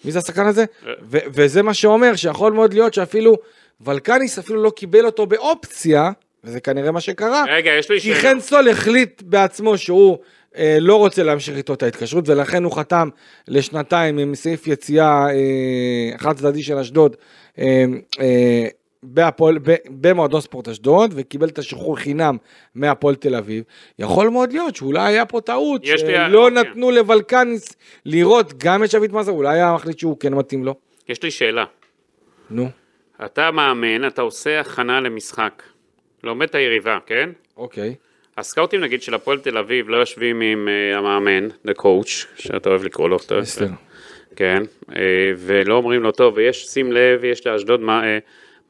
S2: מי זה השחקן הזה?
S3: אה.
S2: ו- וזה מה שאומר שיכול מאוד להיות שאפילו ולקניס אפילו לא קיבל אותו באופציה, וזה כנראה מה שקרה,
S3: רגע, יש לי
S2: כי
S3: שאלה.
S2: חן סול החליט בעצמו שהוא אה, לא רוצה להמשיך איתו את ההתקשרות, ולכן הוא חתם לשנתיים עם סעיף יציאה אה, חד צדדי של אשדוד. אה, אה, בהפועל, ב- במועדון ספורט אשדוד, וקיבל את השחרור חינם מהפועל תל אביב. יכול מאוד להיות שאולי היה פה טעות,
S3: יש לי-
S2: שלא
S3: אוקיי.
S2: נתנו לוולקניס לראות גם את שביט מזר, אולי היה מחליט שהוא כן מתאים לו.
S3: יש לי שאלה.
S2: נו,
S3: אתה מאמן, אתה עושה הכנה למשחק. לומד את היריבה, כן?
S2: אוקיי.
S3: הסקאוטים נגיד של הפועל תל אביב לא יושבים עם אה, המאמן, the coach, שאתה אוהב לקרוא לו, אתה אוהב-
S2: בסדר.
S3: כן, אה, ולא אומרים לו, טוב, יש, שים לב, יש לאשדוד מה- אה,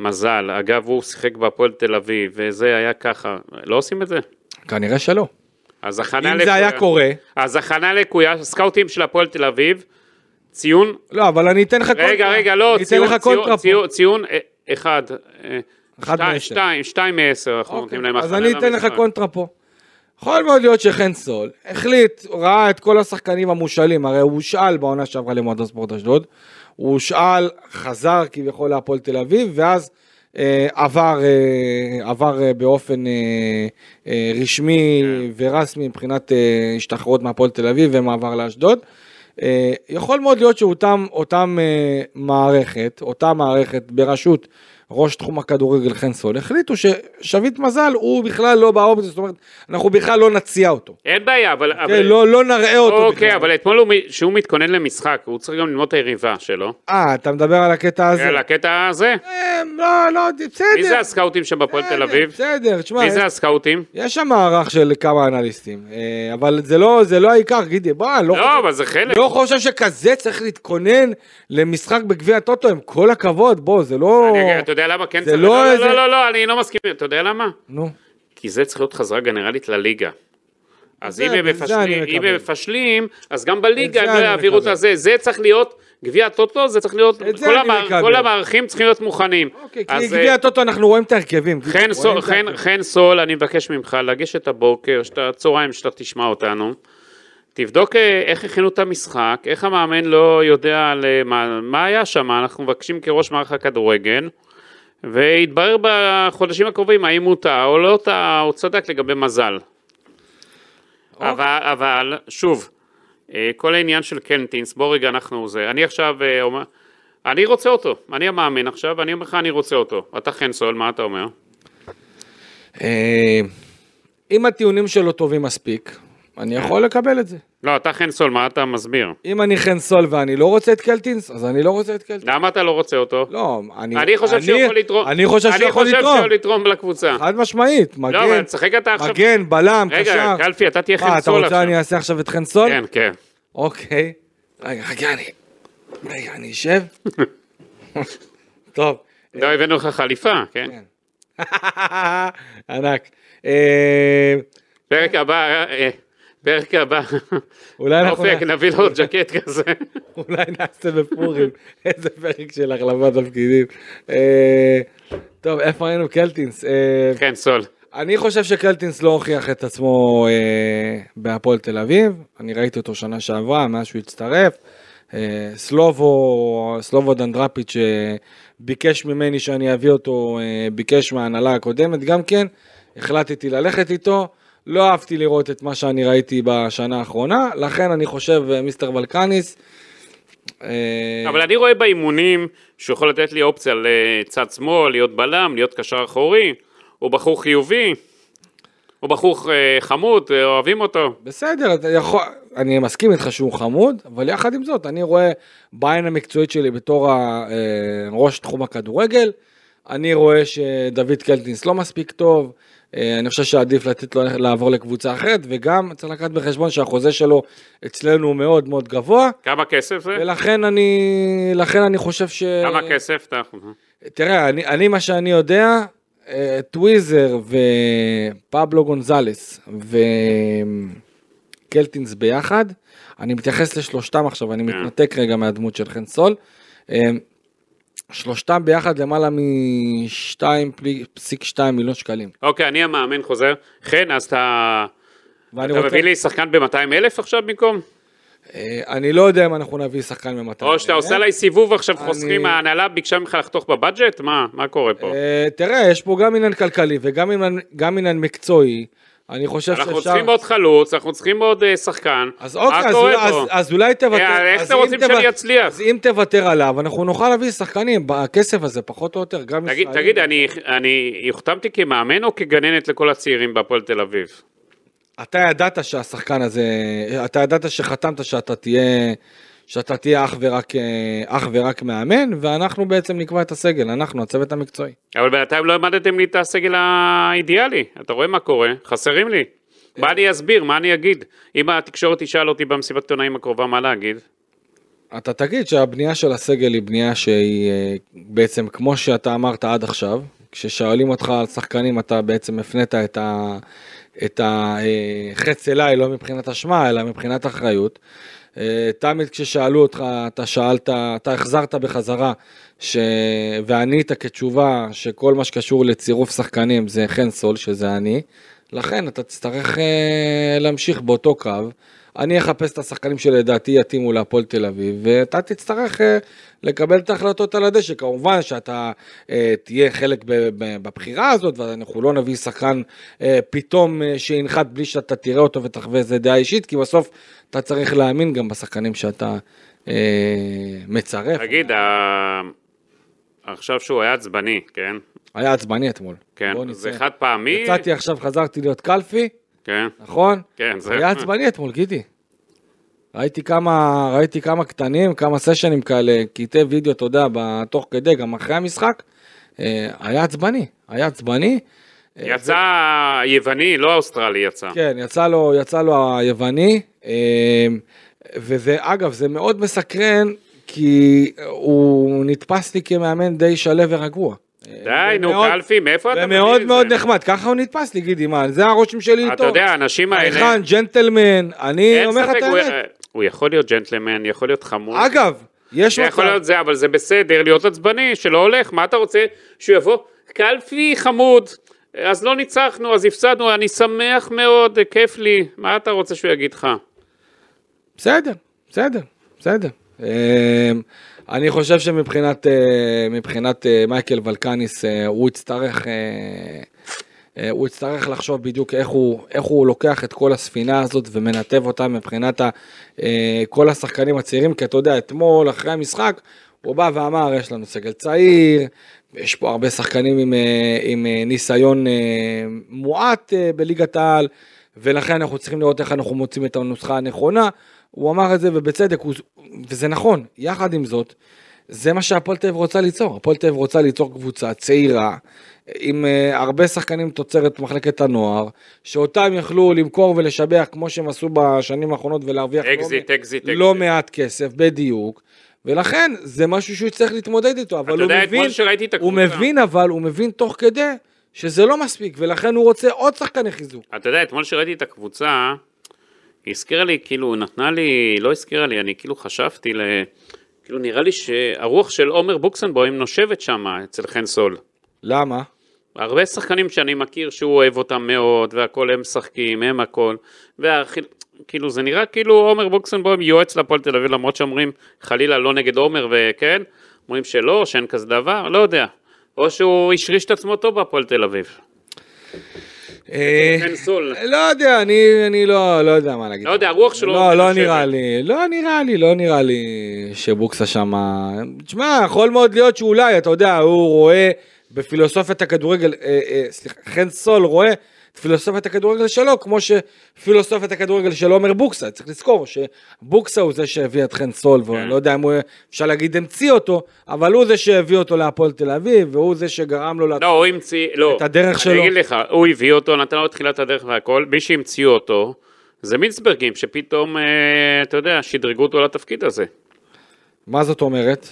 S3: מזל, אגב, הוא שיחק בהפועל תל אביב, וזה היה ככה, לא עושים את זה.
S2: כנראה שלא.
S3: אז הכנה
S2: אם זה היה קורה,
S3: אז הכנה לקויה, סקאוטים של הפועל תל אביב, ציון,
S2: לא, אבל אני אתן לך קונטרה.
S3: רגע, רגע, לא,
S2: אני אתן
S3: ציון,
S2: לך
S3: ציון,
S2: קונטרה פה.
S3: ציון, ציון, אה, אחד, אה,
S2: אחד
S3: שתיים-
S2: מעשר.
S3: שתיים, שתיים מעשר, אנחנו
S2: אוקיי,
S3: נותנים להם
S2: אז
S3: הכנה
S2: אני אתן לך
S3: למשחק.
S2: קונטרה פה. יכול מאוד להיות שחן סול החליט, ראה את כל השחקנים המושאלים, הרי הוא הושאל בעונה שעברה למועדון ספורט אשדוד, הוא הושאל, חזר כביכול להפועל תל אביב, ואז אה, עבר, אה, עבר אה, באופן אה, אה, רשמי
S3: כן.
S2: ורסמי מבחינת אה, השתחררות מהפועל תל אביב ומעבר לאשדוד. אה, יכול מאוד להיות שאותם אותם, אה, מערכת, אותה מערכת בראשות ראש תחום הכדורגל חן סול, החליטו ששביט מזל הוא בכלל לא באופציה, זאת אומרת, אנחנו בכלל לא נציע אותו.
S3: אין בעיה, אבל...
S2: אבל...
S3: אבל-
S2: לא, לא נראה אותו
S3: אוקיי,
S2: בכלל.
S3: אבל אתמול הוא מ- שהוא מתכונן למשחק, הוא צריך גם ללמוד את היריבה שלו.
S2: אה, אתה מדבר על הקטע הזה?
S3: על הקטע הזה.
S2: אה, לא, לא, בסדר.
S3: מי זה הסקאוטים שם בפועל
S2: כן,
S3: תל אביב?
S2: בסדר, תשמע,
S3: מי
S2: יש-
S3: זה הסקאוטים?
S2: יש שם מערך של כמה אנליסטים, אה, אבל זה לא, זה לא העיקר, גידי, בוא, אני לא
S3: לא,
S2: חושב-
S3: אבל זה חלק.
S2: לא חושב שכזה צריך להתכונן למשחק בגביע הטוטו, עם כל הכבוד, בוא, זה לא...
S3: אני אגיד, אתה יודע למה כן
S2: זה
S3: צריך...
S2: לא
S3: לא,
S2: איזה-
S3: לא, לא, לא, אני לא מסכים. אתה יודע למה?
S2: נו,
S3: כי זה צריך להיות חזרה גנרלית לליגה. אז
S2: זה-
S3: אם הם
S2: זה אני
S3: מפשלים,
S2: מקבל.
S3: אם הם מפשלים, אז גם
S2: את זה
S3: בליגה הם לא
S2: אני
S3: יעבירו את
S2: מקבל.
S3: הזה. זה צריך להיות, גביע הטוטו, זה צריך להיות,
S2: את זה
S3: כל
S2: אני
S3: המער-
S2: מקבל.
S3: כל המערכים צריכים להיות מוכנים.
S2: אוקיי, כי
S3: אז,
S2: גביע
S3: אה,
S2: הטוטו אנחנו רואים את ההרכבים. גידי,
S3: חן
S2: רואים
S3: סול-
S2: את
S3: חן-
S2: ההרכבים.
S3: חן סול, אני מבקש ממך לגשת הבוקר, שאת הצהריים שאתה תשמע אותנו, תבדוק אה, איך הכינו את המשחק, איך המאמן לא יודע על אה, מה, מה היה שם, אנחנו מבקשים כראש מערך הכדורגל, ויתברר בחודשים הקרובים האם הוא טעה או לא טעה, הוא צדק לגבי מזל.
S2: אוקיי.
S3: אבל, אבל, שוב, אה, כל העניין של קלטינס, בוא רגע אנחנו זה, אני עכשיו אה, אומר, אני רוצה אותו, אני המאמן עכשיו, אני אומר לך אני רוצה אותו, אתה חן סול, מה אתה אומר?
S2: אה, אם הטיעונים שלו טובים מספיק, אני יכול לקבל את זה.
S3: לא, אתה חן סול, מה אתה מסביר?
S2: אם אני חן סול ואני לא רוצה את קלטינס, אז אני לא רוצה את קלטינס.
S3: למה אתה לא רוצה אותו?
S2: לא, אני...
S3: אני חושב שהוא יכול לתרום.
S2: אני חושב שהוא יכול
S3: אני חושב
S2: לתרום.
S3: שהוא לתרום לקבוצה.
S2: חד משמעית. מגן,
S3: לא, אבל תשחק אתה עכשיו.
S2: מגן, בלם, קשר.
S3: רגע, קלפי, אתה תהיה
S2: מה,
S3: חן
S2: אתה
S3: סול
S2: רוצה
S3: עכשיו.
S2: אני אעשה עכשיו את חן סול?
S3: כן, כן.
S2: אוקיי. רגע, רגע, אני... רגע, אני אשב. טוב.
S3: לא הבאנו לך חליפה, כן?
S2: ענק. אה,
S3: פרק הבא, אה, פרק הבא.
S2: אולי אנחנו...
S3: אופק, לא. נביא לו ג'קט כזה.
S2: אולי נעשה בפורים, איזה פרק של החלפת תפקידים. אה, טוב, איפה היינו? קלטינס. אה,
S3: חן סול.
S2: אני חושב שקלטינס לא הוכיח את עצמו אה, בהפועל תל אביב, אני ראיתי אותו שנה שעברה, מאז שהוא הצטרף. אה, סלובו, סלובו דנדרפיץ' שביקש ממני שאני אביא אותו, אה, ביקש מההנהלה הקודמת גם כן, החלטתי ללכת איתו. לא אהבתי לראות את מה שאני ראיתי בשנה האחרונה, לכן אני חושב, אה, מיסטר ולקניס, אה,
S3: אבל אני רואה באימונים שהוא יכול לתת לי אופציה לצד שמאל, להיות בלם, להיות קשר אחורי. הוא בחור חיובי. הוא בחור אה, חמוד, אה, אוהבים אותו.
S2: בסדר, אתה יכול, אני מסכים איתך שהוא חמוד, אבל יחד עם זאת, אני רואה בעין המקצועית שלי בתור ה- אה, ראש תחום הכדורגל, אני רואה שדוד קלטינס לא מספיק טוב, אה, אני חושב שעדיף לתת לו לעבור לקבוצה אחרת, וגם צריך לקחת בחשבון שהחוזה שלו אצלנו הוא מאוד מאוד גבוה,
S3: כמה כסף זה?
S2: ולכן אני, לכן אני חושב ש...
S3: כמה כסף אתה...
S2: אה, תראה, אני, אני מה שאני יודע, אה, טוויזר ופבלו גונזלס וקלטינס ביחד, אני מתייחס לשלושתם עכשיו,
S3: כן.
S2: אני מתנתק רגע מהדמות של חן סול. אה, שלושתם ביחד למעלה מ-2.2 מיליון שקלים.
S3: אוקיי, אני המאמן חוזר. חן, אז אתה...
S2: ואני
S3: אתה
S2: רוצה,
S3: מביא לי שחקן ב-200 אלף עכשיו במקום?
S2: אה, אני לא יודע אם אנחנו נביא שחקן ממתי.
S3: או שאתה עושה עליי סיבוב עכשיו חוסכים,
S2: אה? אני-
S3: ההנהלה ביקשה ממך לחתוך בבאג'ט? מה, מה קורה פה?
S2: אה, תראה, יש פה גם עניין כלכלי וגם עניין- גם עניין מקצועי. אני חושב שאפשר...
S3: אנחנו צריכים עוד חלוץ, אנחנו צריכים עוד אה, שחקן.
S2: אז אוקיי,
S3: מה
S2: אז,
S3: קורה
S2: אולי- אז,
S3: פה?
S2: אז אולי תוותר.
S3: אה, איך
S2: אז
S3: אתם
S2: אם
S3: רוצים
S2: תו-
S3: שאני אצליח?
S2: אז אם תוותר עליו, אנחנו נוכל להביא שחקנים בכסף הזה, פחות או יותר, גם
S3: תגיד, תגיד, אני- אני הוחתמתי כמאמן או כגננת לכל הצעירים בהפועל תל אביב?
S2: אתה ידעת שהשחקן הזה, אתה ידעת שחתמת שאתה תהיה, שאתה תהיה אך ורק, אה, אך ורק מאמן, ואנחנו בעצם נקבע את הסגל, אנחנו, הצוות המקצועי.
S3: אבל בינתיים לא העמדתם לי את הסגל האידיאלי. אתה רואה מה קורה? חסרים לי. מה
S2: אה.
S3: אני אסביר? מה אני אגיד? אם התקשורת תשאל אותי במסיבת עיתונאים הקרובה מה להגיד?
S2: אתה תגיד שהבנייה של הסגל היא בנייה שהיא אה, בעצם כמו שאתה אמרת עד עכשיו, כששואלים אותך על שחקנים אתה בעצם הפנית את, ה, את החץ אליי, לא מבחינת אשמה אלא מבחינת אחריות. אה, תמיד כששאלו אותך, אתה שאלת, אתה החזרת בחזרה ש... וענית כתשובה שכל מה שקשור לצירוף שחקנים זה חן סול, שזה אני, לכן אתה תצטרך אה, להמשיך באותו קו. אני אחפש את השחקנים שלדעתי יתאימו להפועל תל אביב, ואתה תצטרך אה, לקבל את ההחלטות על הדשא. כמובן שאתה אה, תהיה חלק ב- ב- בבחירה הזאת, ואנחנו לא נביא שחקן אה, פתאום אה, שינחת בלי שאתה תראה אותו ותחווה איזה דעה אישית, כי בסוף אתה צריך להאמין גם בשחקנים שאתה אה, מצרף.
S3: תגיד, ה- עכשיו שהוא היה עצבני, כן?
S2: היה עצבני אתמול.
S3: כן,
S2: בוא
S3: זה
S2: נצא.
S3: חד פעמי,
S2: יצאתי עכשיו, חזרתי להיות קלפי,
S3: כן,
S2: נכון?
S3: כן, זה...
S2: היה עצבני אתמול, גידי. ראיתי כמה, ראיתי כמה קטנים, כמה סשנים כאלה, קטעי וידאו, אתה יודע, ב- תוך כדי, גם אחרי המשחק. אה, היה עצבני, היה עצבני. אה,
S3: יצא יווני, לא האוסטרלי יצא.
S2: כן, יצא לו, יצא לו היווני, אה, וזה, אגב, זה מאוד מסקרן, כי הוא נתפס לי כמאמן די שלו ורגוע.
S3: די, נו,
S2: כן. ומאוד-
S3: קלפי, מאיפה אתה מביא את
S2: ומאוד
S3: זה?
S2: מאוד נחמד, ככה הוא נתפס לי, גידי, מה, זה הרושם שלי איתו.
S3: אתה יודע, האנשים האלה,
S2: חייכן, ג'נטלמן, אני
S3: אין
S2: אומר לך
S3: ספק,
S2: את
S3: הוא-
S2: האמת.
S3: הוא יכול להיות ג'נטלמן, יכול להיות חמוד.
S2: אגב, יש
S3: זה יכול
S2: מצב,
S3: להיות זה, אבל זה בסדר, להיות עצבני, שלא הולך, מה אתה רוצה? שהוא יבוא, קלפי חמוד, אז לא ניצחנו, אז הפסדנו, אני שמח מאוד, כיף לי, מה אתה רוצה שהוא יגיד לך?
S2: בסדר, בסדר, בסדר. אה, אני חושב שמבחינת אה, מבחינת אה, מייקל ולקניס, אה, הוא יצטרך... אה, אה, הוא יצטרך לחשוב בדיוק איך הוא, איך הוא לוקח את כל הספינה הזאת ומנתב אותה מבחינת ה, אה, כל השחקנים הצעירים, כי אתה יודע, אתמול אחרי המשחק, הוא בא ואמר, יש לנו סגל צעיר, יש פה הרבה שחקנים עם, אה, עם אה, ניסיון אה, מועט אה, בליגת העל, ולכן אנחנו צריכים לראות איך אנחנו מוצאים את הנוסחה הנכונה. הוא אמר את זה ובצדק, הוא, וזה נכון. יחד עם זאת, זה מה שהפועל תל אביב רוצה ליצור. הפועל תל אביב רוצה ליצור קבוצה צעירה, עם אה, הרבה שחקנים תוצרת מחלקת הנוער, שאותם יכלו למכור ולשבח כמו שהם עשו בשנים האחרונות ולהרוויח לא
S3: אקזיט, אקזיט,
S2: לא
S3: אקזיט.
S2: מעט כסף, בדיוק. ולכן זה משהו שהוא יצטרך להתמודד איתו, אבל
S3: אתה
S2: הוא
S3: יודע,
S2: מבין,
S3: אתמול שראיתי את
S2: הוא
S3: הקבוצה,
S2: מבין אבל, הוא מבין תוך כדי שזה לא מספיק, ולכן הוא רוצה עוד שחקני חיזוק.
S3: אתה יודע, אתמול שראיתי את הקבוצה, היא הזכירה לי, כאילו, נתנה לי, לא הזכירה לי, אני כאילו חשבתי, ל... כאילו, נראה לי שהרוח של עומר בוקסנבוים נושבת שם, אצל חן סול.
S2: למה?
S3: הרבה שחקנים שאני מכיר שהוא אוהב אותם מאוד, והכל הם משחקים, הם הכל, וכאילו זה נראה כאילו עומר בוקסנבוים יועץ להפועל תל אביב, למרות שאומרים חלילה לא נגד עומר וכן, אומרים שלא, שאין כזה דבר, לא יודע. או שהוא השריש את עצמו טוב בהפועל תל אביב.
S2: אה,
S3: חן סול.
S2: לא יודע, אני, אני לא, לא יודע מה להגיד.
S3: לא יודע, הרוח שלו
S2: לא, לא
S3: נושבת.
S2: נראה לי, לא נראה לי, לא נראה לי שבוקסה שמה... תשמע, יכול מאוד להיות שאולי, אתה יודע, הוא רואה בפילוסופיית הכדורגל, אה, אה, סליחה, חן סול רואה את פילוסופיית הכדורגל שלו, כמו שפילוסופיית הכדורגל שלו אומר בוקסה. צריך לזכור שבוקסה הוא זה שהביא את חן סול,
S3: כן.
S2: ואני לא יודע אם הוא, אפשר להגיד המציא אותו, אבל הוא זה שהביא אותו להפועל תל אביב, והוא זה שגרם לו...
S3: לא, הוא המציא, לא.
S2: את הדרך שלו.
S3: אני אגיד לך, הוא הביא אותו, נתן לו את תחילת הדרך והכל, מי שהמציאו אותו, זה מינסברגים, שפתאום, אה, אתה יודע, שדרגו אותו לתפקיד הזה.
S2: מה זאת אומרת?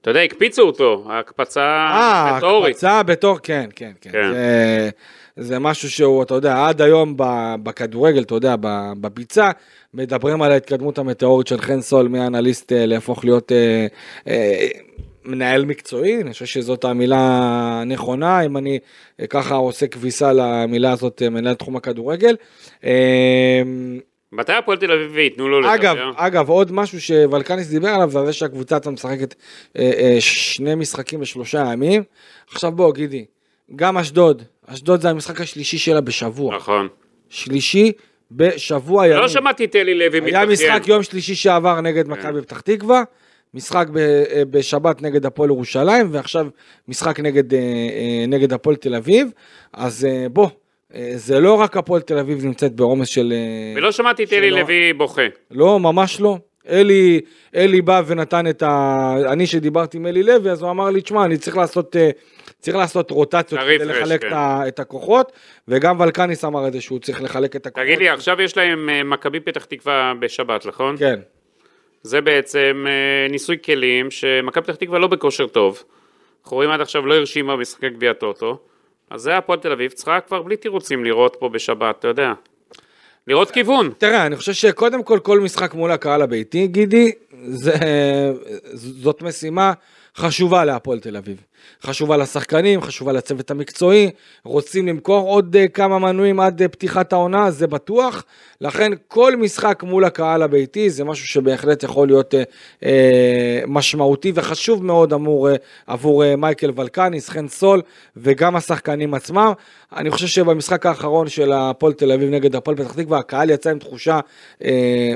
S3: אתה יודע, הקפיצו אותו, ההקפצה
S2: אה,
S3: מטאורית.
S2: הקפצה בתור, כן, כן, כן.
S3: כן.
S2: זה, זה משהו שהוא, אתה יודע, עד היום ב- בכדורגל, אתה יודע, ב- בביצה, מדברים על ההתקדמות המטאורית של חן סול מאנליסט אה, להפוך להיות אה, אה, מנהל מקצועי, אני חושב שזאת המילה הנכונה, אם אני אה, ככה עושה כביסה למילה הזאת, אה, מנהל תחום הכדורגל. אה,
S3: מתי הפועל תל אביב ייתנו לו לדבר? אה?
S2: אגב, אגב, עוד משהו שוולקניס דיבר עליו, זה זה שהקבוצה אתה משחקת אה, אה, שני משחקים בשלושה ימים. עכשיו בוא, גידי, גם אשדוד, אשדוד זה המשחק השלישי שלה בשבוע.
S3: נכון.
S2: שלישי בשבוע ימים.
S3: לא שמעתי את אלי לוי
S2: אה, היה
S3: מתאפיין. כן.
S2: משחק יום שלישי שעבר נגד מכבי פתח תקווה, משחק ב- אה, בשבת נגד הפועל ירושלים, ועכשיו משחק נגד, אה, אה, נגד הפועל תל אביב. אז אה, בוא, אה, זה לא רק הפועל תל אביב נמצאת בעומס של... אה,
S3: ולא שמעתי את אלי
S2: שלא.
S3: לוי בוכה.
S2: לא, ממש לא. אלי, אלי בא ונתן את ה... אני שדיברתי עם אלי לוי, אז הוא אמר לי, תשמע, אני צריך לעשות, אה, צריך לעשות רוטציות
S3: תעריף
S2: כדי
S3: רש,
S2: לחלק
S3: כן.
S2: את ה- את הכוחות, וגם ולקניס אמר את זה שהוא צריך לחלק את הכוחות.
S3: תגיד לי, עכשיו יש להם אה, מכבי פתח תקווה בשבת, נכון?
S2: כן.
S3: זה בעצם אה, ניסוי כלים שמכבי פתח תקווה לא בכושר טוב. אנחנו רואים עד עכשיו לא הרשימה במשחקי גביע טוטו. אז זה הפועל תל אביב צריכה כבר בלי תירוצים לראות פה בשבת, אתה יודע. לראות כיוון.
S2: תראה, אני חושב שקודם כל, כל משחק מול הקהל הביתי, גידי, זה, זאת משימה חשובה להפועל תל אביב. חשובה לשחקנים, חשובה לצוות המקצועי, רוצים למכור עוד אה, כמה מנויים עד אה, פתיחת העונה, זה בטוח. לכן כל משחק מול הקהל הביתי זה משהו שבהחלט יכול להיות אה, אה, משמעותי וחשוב מאוד אמור, אה, עבור אה, מייקל ולקניס, חן סול וגם השחקנים עצמם. אני חושב שבמשחק האחרון של הפועל תל אביב נגד הפועל פתח תקווה, הקהל יצא עם תחושה אה,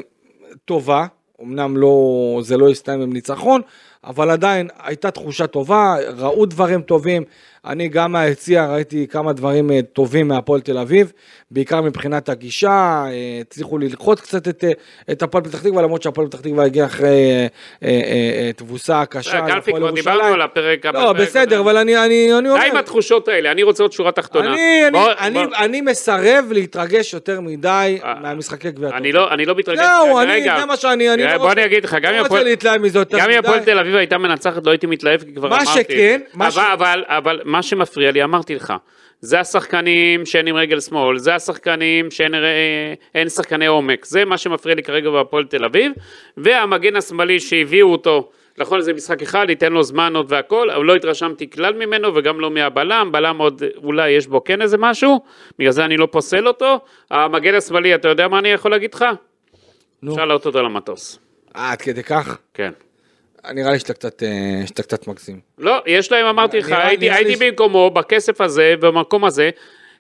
S2: טובה. אמנם לא, זה לא הסתיים עם ניצחון, אבל עדיין הייתה תחושה טובה, ראו דברים טובים. אני גם מהיציע ראיתי כמה דברים אה, טובים מהפועל תל אביב, בעיקר מבחינת הגישה, אה, הצליחו ללחוץ קצת את, אה, את הפועל פתח תקווה, למרות שהפועל פתח תקווה הגיע אחרי אה, אה, אה, תבוסה קשה. על
S3: קלפי,
S2: הפועל
S3: כבר דיברנו
S2: ירושלים.
S3: על הפרק
S2: לא,
S3: בפרק
S2: בסדר,
S3: הקודם.
S2: אבל אני, אני, אני אומר...
S3: די עם התחושות האלה, אני רוצה עוד שורה תחתונה.
S2: אני, אני,
S3: בוא-
S2: אני,
S3: בוא-
S2: אני מסרב להתרגש יותר מדי
S3: אה,
S2: מהמשחקי גביע.
S3: אני
S2: הטוטו.
S3: לא, אני לא מתרגש.
S2: זהו,
S3: רגע,
S2: אני,
S3: רגע.
S2: זה מה שאני, אני
S3: תראה,
S2: לא
S3: בוא
S2: רוצה-
S3: אני אגיד לך, גם אם
S2: לא רוצה
S3: הפועל-
S2: להתלהב מזה יותר
S3: גם אם הפועל
S2: מדי.
S3: תל אביב הייתה מנצחת, לא הייתי מתלהב, כי כבר
S2: מה
S3: אמרתי.
S2: שכן, מה
S3: אבל-
S2: ש-
S3: אבל- אבל מה שמפריע לי, אמרתי לך, זה השחקנים שאין עם רגל שמאל, זה השחקנים שאין אה, אין שחקני עומק, זה מה שמפריע לי כרגע בהפועל תל אביב, והמגן השמאלי שהביאו אותו. נכון, זה משחק אחד, ייתן לו זמן עוד והכל, אבל לא התרשמתי כלל ממנו וגם לא מהבלם, בלם עוד אולי יש בו כן איזה משהו, בגלל זה אני לא פוסל אותו. המגן השמאלי, אתה יודע מה אני יכול להגיד לך?
S2: נו.
S3: אפשר לעלות אותו למטוס,
S2: אה, עד כדי כך?
S3: כן.
S2: נראה לי שאתה קצת, אה, שאתה קצת מגזים.
S3: לא, יש להם, אמרתי לך,
S2: נראה-
S3: הייתי,
S2: נראה
S3: הייתי
S2: לי-
S3: במקומו, בכסף הזה, במקום הזה,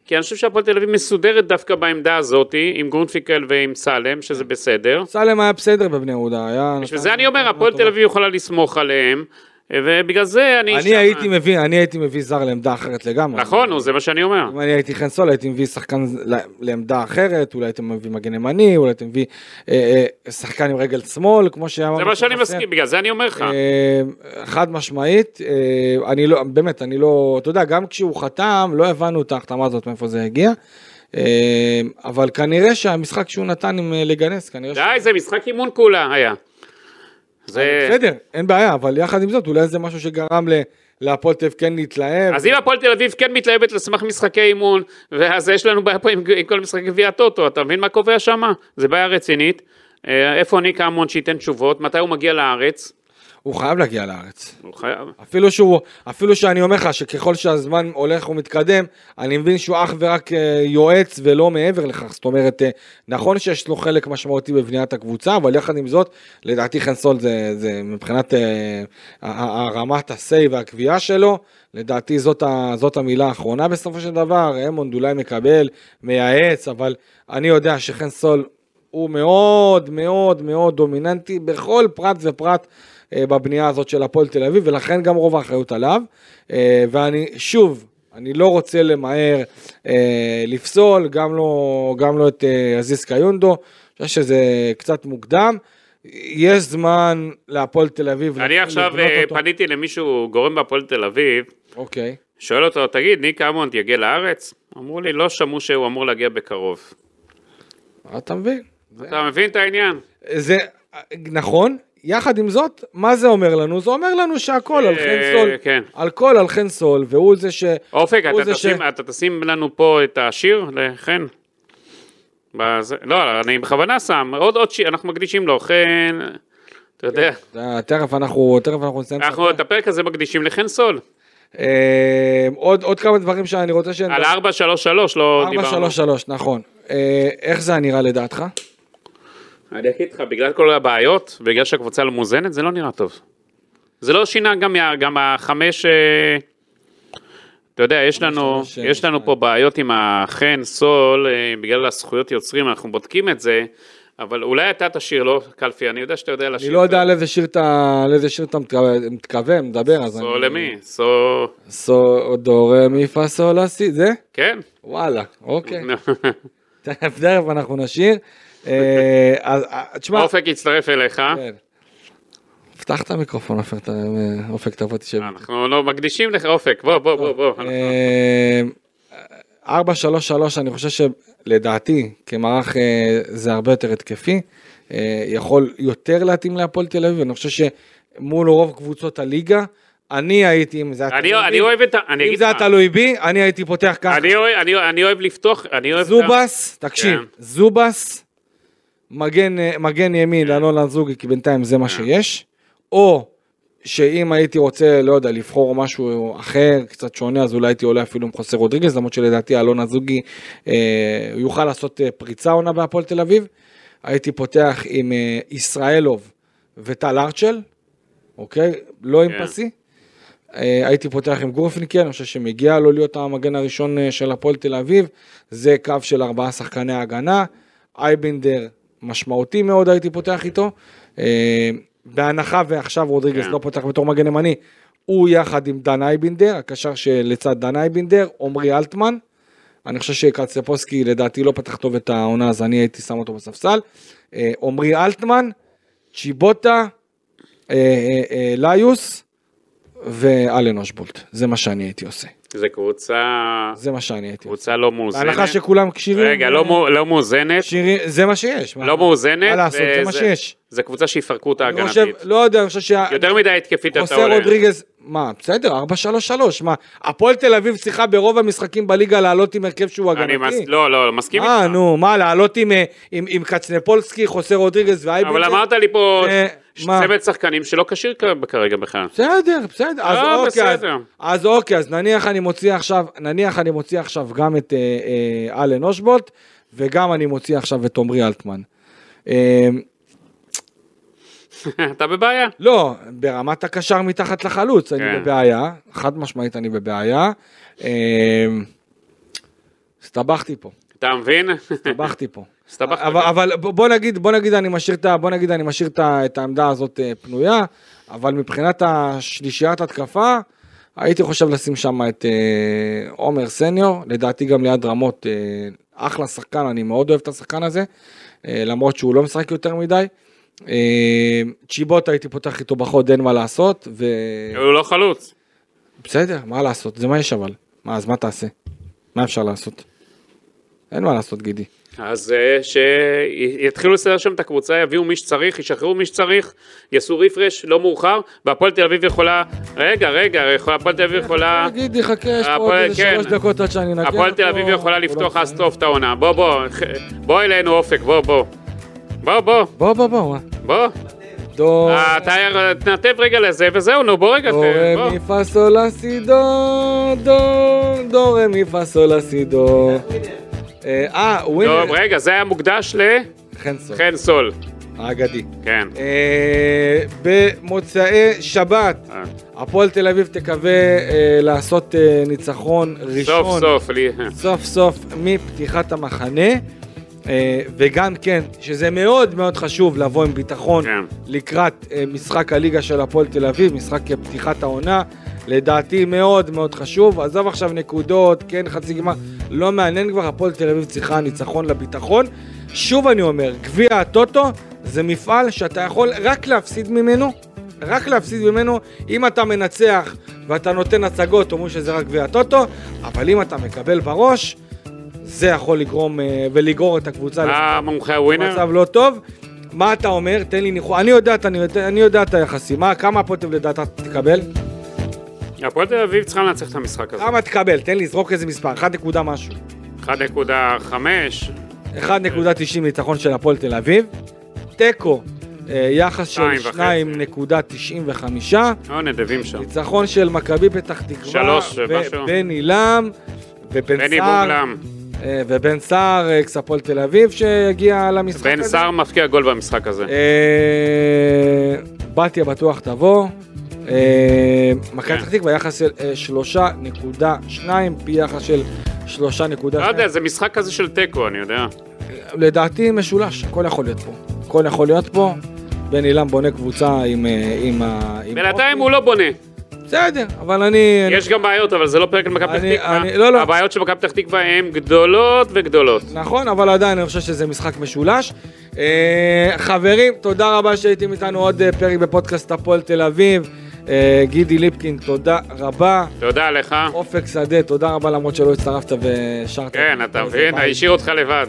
S3: כי אני חושב שהפועל תל אביב מסודרת דווקא בעמדה הזאת, עם גרונפיקל ועם סלם, שזה
S2: כן.
S3: בסדר.
S2: סלם היה בסדר בבני יהודה, היה...
S3: בשביל
S2: נתן-
S3: זה אני אומר, הפועל תל אביב יכולה לסמוך עליהם, ובגלל זה אני... אה,
S2: אני הייתי מביא, אני הייתי מביא זר לעמדה אחרת לגמרי.
S3: נכון, נו, זה מה שאני אומר.
S2: אם אני הייתי חן סול, הייתי מביא שחקן ל- לעמדה אחרת, אולי הייתם מביא מגן ימני, אולי הייתם מביא אה, אה, שחקן עם רגל שמאל, כמו שאמרנו.
S3: זה מה שאני
S2: שחסר.
S3: מסכים, בגלל זה אני אומר לך.
S2: אה, חד משמעית, אה, אני לא, באמת, אני לא, אתה יודע, גם כשהוא חתם, לא הבנו את ההחתמה הזאת, מאיפה זה הגיע. אה, אבל כנראה שהמשחק שהוא נתן עם אה, לגנס, כנראה ש...
S3: די, זה משחק אימון כולה היה. זה...
S2: בסדר, אין בעיה, אבל יחד עם זאת, אולי זה משהו שגרם ל- להפועל תל אביב כן להתלהב.
S3: אז אם הפועל תל אביב כן מתלהבת על סמך משחקי אימון, ואז יש לנו בעיה פה עם, עם כל משחק גביע הטוטו, אתה מבין מה קובע שמה? זה בעיה רצינית. אה, איפה ניק אמון שייתן תשובות? מתי הוא מגיע לארץ?
S2: הוא חייב להגיע לארץ.
S3: הוא חייב...
S2: אפילו שהוא, אפילו שאני אומר לך שככל שהזמן הולך ומתקדם, אני מבין שהוא אך ורק אה, יועץ ולא מעבר לכך. זאת אומרת, אה, נכון שיש לו חלק משמעותי בבניית הקבוצה, אבל יחד עם זאת, לדעתי חן סול זה, זה מבחינת אה, ה- ה- הרמת ה-say והקביעה שלו, לדעתי זאת, ה, זאת המילה האחרונה בסופו של דבר. אמונד אולי מקבל, מייעץ, אבל אני יודע שחן סול הוא מאוד מאוד מאוד דומיננטי בכל פרט ופרט אה, בבנייה הזאת של הפועל תל אביב, ולכן גם רוב האחריות עליו. אה, ואני, שוב, אני לא רוצה למהר אה, לפסול, גם לא, גם לא את אה, עזיז קיונדו, אני חושב שזה קצת מוקדם. יש זמן להפועל תל אביב.
S3: אני
S2: לבנות
S3: עכשיו אה,
S2: אותו.
S3: פניתי למישהו, גורם בהפועל תל אביב,
S2: אוקיי.
S3: שואל אותו, תגיד, ניק אמון יגיע לארץ? אמרו לי, לא שמעו שהוא אמור להגיע בקרוב.
S2: אתה מבין? זה-
S3: אתה מבין את העניין?
S2: זה נכון, יחד עם זאת, מה זה אומר לנו? זה אומר לנו שהכל על חן
S3: אה,
S2: סול,
S3: כן.
S2: הכל על חן סול, והוא זה ש...
S3: אופק,
S2: הוא
S3: אתה
S2: זה
S3: תשים, אתה תשים לנו פה את השיר לחן? בזה- לא, אני בכוונה שם, עוד עוד שיר, אנחנו מקדישים לו, חן, אתה יודע,
S2: אתה- אה, תכף אנחנו, תכף אנחנו נסיים.
S3: אנחנו את הפרק הזה מקדישים לחן סול,
S2: אה, עוד עוד כמה דברים שאני רוצה ש...
S3: על 433 לא דיברנו.
S2: 433, נכון. אה, איך זה נראה לדעתך?
S3: אני אגיד לך, בגלל כל הבעיות, בגלל שהקבוצה לא מאוזנת, זה לא נראה טוב. זה לא שינה גם מה- גם החמש, אה, אתה יודע, יש לנו,
S2: שלוש,
S3: יש לנו פה בעיות עם החן, סול, אה, בגלל הזכויות יוצרים, אנחנו בודקים את זה, אבל אולי אתה תשאיר לו, קלפי, אני יודע שאתה יודע לשיר.
S2: אני לא יודע
S3: טוב.
S2: על איזה שיר אתה על איזה שיר אתה מתכוון- מתכוון, מדבר, אז אני...
S3: סול למי? סול...
S2: סו דו רה מי פה סו לה סי, זה?
S3: כן.
S2: וואלה, אוקיי. תכף תכף אנחנו נשאיר. אה, אז אה, תשמע,
S3: אופק יצטרף אליך.
S2: כן. פתח את המיקרופון, עופר, ת- אופק, תבוא תשב.
S3: אנחנו לא מקדישים לך, אופק, בוא, בוא, בוא, בוא.
S2: אה, 4-3-3, אני חושב שלדעתי, כמערך אה, זה הרבה יותר התקפי, אה, יכול יותר להתאים להפועל תל אביב, אני חושב שמול רוב קבוצות הליגה, אני הייתי, אם זה היה
S3: אני
S2: תלוי
S3: אני
S2: בי-
S3: אוהב את ה... אני
S2: אם
S3: אגיד
S2: זה לא- היה
S3: לך,
S2: תלוי בי, אני הייתי פותח ככה.
S3: אני אוהב- אני- אני אוהב לפתוח, אני אוהב... את ה-
S2: זובס, תקשיב,
S3: כן.
S2: זובס, מגן, אה, מגן ימין
S3: כן.
S2: לאלון לנזוגי, כי בינתיים זה מה שיש, או שאם הייתי רוצה, לא יודע, לבחור משהו אחר, קצת שונה, אז אולי הייתי עולה אפילו עם חוסר רודריגז, למרות שלדעתי אלון לנזוגי אה, הוא יוכל לעשות אה, פריצה עונה בהפועל תל אביב, הייתי פותח עם אה, ישראלוב וטל ארצ'ל, אוקיי? לא עם
S3: כן.
S2: פסי. אה, הייתי פותח עם גורפינקל, אני חושב שמגיע לו להיות המגן הראשון אה, של הפועל תל אביב, זה קו של ארבעה שחקני הגנה, אייבנדר משמעותי מאוד הייתי פותח איתו, אה, בהנחה ועכשיו רודריגס
S3: כן.
S2: לא פותח בתור מגן ימני, הוא יחד עם דן אייבנדר, הקשר שלצד דן אייבנדר, עמרי אלטמן, אני חושב שקצפוסקי לדעתי לא פתח טוב את העונה אז אני הייתי שם אותו בספסל, אה, עמרי אלטמן, צ'יבוטה, אה, אה, אה, ליוס, ואלן אושבולט, זה מה שאני הייתי עושה,
S3: זה קבוצה...
S2: זה מה שאני הייתי עושה.
S3: קבוצה לא מאוזנת.
S2: בהנחה שכולם כשירים,
S3: רגע, לא מאו- לא מאוזנת.
S2: כשירים, זה מה שיש. מה-
S3: לא מאוזנת.
S2: מה לעשות, זה מה
S3: וזה-
S2: שיש.
S3: זה קבוצה שיפרקו אותה
S2: אני חושב,
S3: הגנתית.
S2: לא יודע, אני חושב שה...
S3: יותר מדי התקפית אתה
S2: חוסר
S3: עולה.
S2: רודריגז, מה, בסדר, 4-3-3, מה, הפועל תל אביב צריכה ברוב המשחקים בליגה לעלות עם הרכב שהוא
S3: אני
S2: הגנתי?
S3: מס- לא, לא, מסכים
S2: אה,
S3: איתך.
S2: נו, מה, לעלות עם, אה, עם, עם קצנפולסקי, חוסר רודריגז ואייבנדר?
S3: אבל אמרת לי פה
S2: אה,
S3: ש-
S2: מה?
S3: צוות שחקנים שלא כשיר כ- כרגע בכלל.
S2: בסדר, בסדר. אז
S3: לא,
S2: אוקיי, אז,
S3: בסדר.
S2: אז אוקיי, אז נניח אני מוציא עכשיו, נניח אני מוציא עכשיו גם את אה, אה, אלן אושבולט, וגם אני מוציא עכשיו את עמרי אלטמן. אה,
S3: אתה בבעיה.
S2: לא, ברמת הקשר מתחת לחלוץ, אני
S3: כן.
S2: בבעיה, חד משמעית אני בבעיה. אמ, הסתבכתי פה,
S3: אתה מבין?
S2: הסתבכתי פה.
S3: הסתבכת.
S2: אבל, אבל ב- בוא נגיד, בוא נגיד אני משאיר את, ה- בוא נגיד אני משאיר את, ה- את העמדה הזאת אה, פנויה, אבל מבחינת השלישיית התקפה, הייתי חושב לשים שם את אה, עומר סניור, לדעתי גם ליד רמות, אה, אחלה שחקן, אני מאוד אוהב את השחקן הזה, אה, למרות שהוא לא משחק יותר מדי. אה, צ'יבוט הייתי פותח איתו בחוד, אין מה לעשות, ו...
S3: הוא לא חלוץ.
S2: בסדר, מה לעשות, זה מה יש אבל. מה, אז מה תעשה? מה אפשר לעשות? אין מה לעשות, גידי.
S3: אז אה, שיתחילו לסדר שם את הקבוצה, יביאו מי שצריך, ישחררו מי שצריך, יעשו רפרש, לא מאוחר, והפועל תל אביב יכולה... רגע, רגע, יכול- הפועל תל אביב יכולה...
S2: תגידי, חכה, יש פה עוד
S3: הפועל-
S2: איזה
S3: כן.
S2: שלוש דקות עד שאני אנגח.
S3: הפועל תל אביב
S2: לא
S3: יכולה לפתוח אז טוב את העונה. בוא, בוא, ח- בוא אלינו אופק, בוא, בוא. בוא, בוא,
S2: בוא, בוא, בוא. מה?
S3: בוא.
S2: דו,
S3: אה, אתה יר- תנתב רגע לזה, וזהו, נו, בוא רגע,
S2: דו,
S3: ת-
S2: רה,
S3: בוא.
S2: מי, פה, סול, סי, דו, דו, דו, רה, מי, פה, סול, סי, דו. אה, אה,
S3: טוב,
S2: ווינר.
S3: רגע, זה היה מוקדש
S2: חן סול,
S3: לחן סול.
S2: האגדי.
S3: כן.
S2: אה, במוצאי שבת,
S3: אה,
S2: הפועל תל אביב תקווה אה, לעשות אה, ניצחון ראשון.
S3: סוף סוף, לי- אה,
S2: סוף סוף מפתיחת המחנה, אה, וגם כן, שזה מאוד מאוד חשוב לבוא עם ביטחון
S3: כן.
S2: לקראת אה, משחק הליגה של הפועל תל אביב, משחק אה, פתיחת העונה, לדעתי מאוד מאוד חשוב. עזוב עכשיו נקודות, כן, חצי גמר, לא מעניין כבר, הפועל תל אביב צריכה ניצחון לביטחון. שוב אני אומר, גביע הטוטו זה מפעל שאתה יכול רק להפסיד ממנו, רק להפסיד ממנו אם אתה מנצח ואתה נותן הצגות, אומרים שזה רק גביע הטוטו, אבל אם אתה מקבל בראש, זה יכול לגרום אה, ולגרור את הקבוצה
S3: אה, מומחה הווינר?
S2: מצב לא טוב. מה אתה אומר? תן לי ניחוח. אני יודע, את- אני, יודע- אני יודע את היחסים. מה, כמה הפוטב לדעתה תקבל?
S3: הפועל תל אביב צריכה לנצח את המשחק הזה.
S2: כמה תקבל? תן לי, זרוק איזה מספר. 1 נקודה משהו.
S3: 1.5,
S2: 1.90 ניצחון של הפועל תל אביב. תיקו, אה, יחס של
S3: שתיים וחצי.
S2: 2.95.
S3: לא נדבים שם.
S2: ניצחון של מכבי פתח תקווה.
S3: שלוש, משהו.
S2: ובן עילם. ובן
S3: בני
S2: סער.
S3: בוגלם.
S2: אה, ובן סער, אקס הפועל תל אביב, שיגיע למשחק הזה.
S3: בן סער מפקיע גול במשחק הזה.
S2: אה, בתיה בטוח תבוא. אה, מכבי
S3: כן.
S2: פתח תקווה יחס של אה, 3.2 פי יחס של 3.2.
S3: לא יודע, זה משחק כזה של תיקו, אני
S2: אה,
S3: יודע.
S2: לדעתי משולש, הכל יכול להיות פה. הכל יכול להיות פה. בן אילם בונה קבוצה עם... אה, עם ה- עם
S3: בינתיים הוא
S2: אופי.
S3: לא בונה.
S2: בסדר, אבל אני...
S3: יש גם בעיות, אבל זה לא פרק על מכבי
S2: אני-
S3: פתח תקווה.
S2: אני- לא, לא.
S3: הבעיות של מכבי פתח תקווה הן גדולות וגדולות.
S2: נכון, אבל עדיין אני חושב שזה משחק משולש. אה, חברים, תודה רבה שהייתם איתנו עוד אה, פרק בפודקאסט הפועל תל אביב. אה, גידי ליפקין, תודה רבה.
S3: תודה לך.
S2: אופק שדה, תודה רבה למרות שלא הצטרפת ושרת.
S3: כן, אתה מבין? השאיר אותך לבד.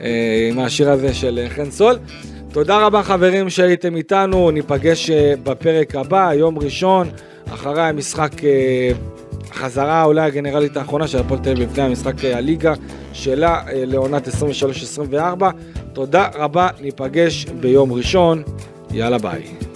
S2: אה, עם השיר הזה של אה, חן סול. תודה רבה חברים שהייתם איתנו, ניפגש אה, בפרק הבא, יום ראשון, אחרי המשחק, אה, החזרה אולי הגנרלית האחרונה של הפועל תל אביב לפני המשחק אה, הליגה שלה אה, לעונת 23-24. תודה רבה, ניפגש ביום ראשון, יאללה ביי.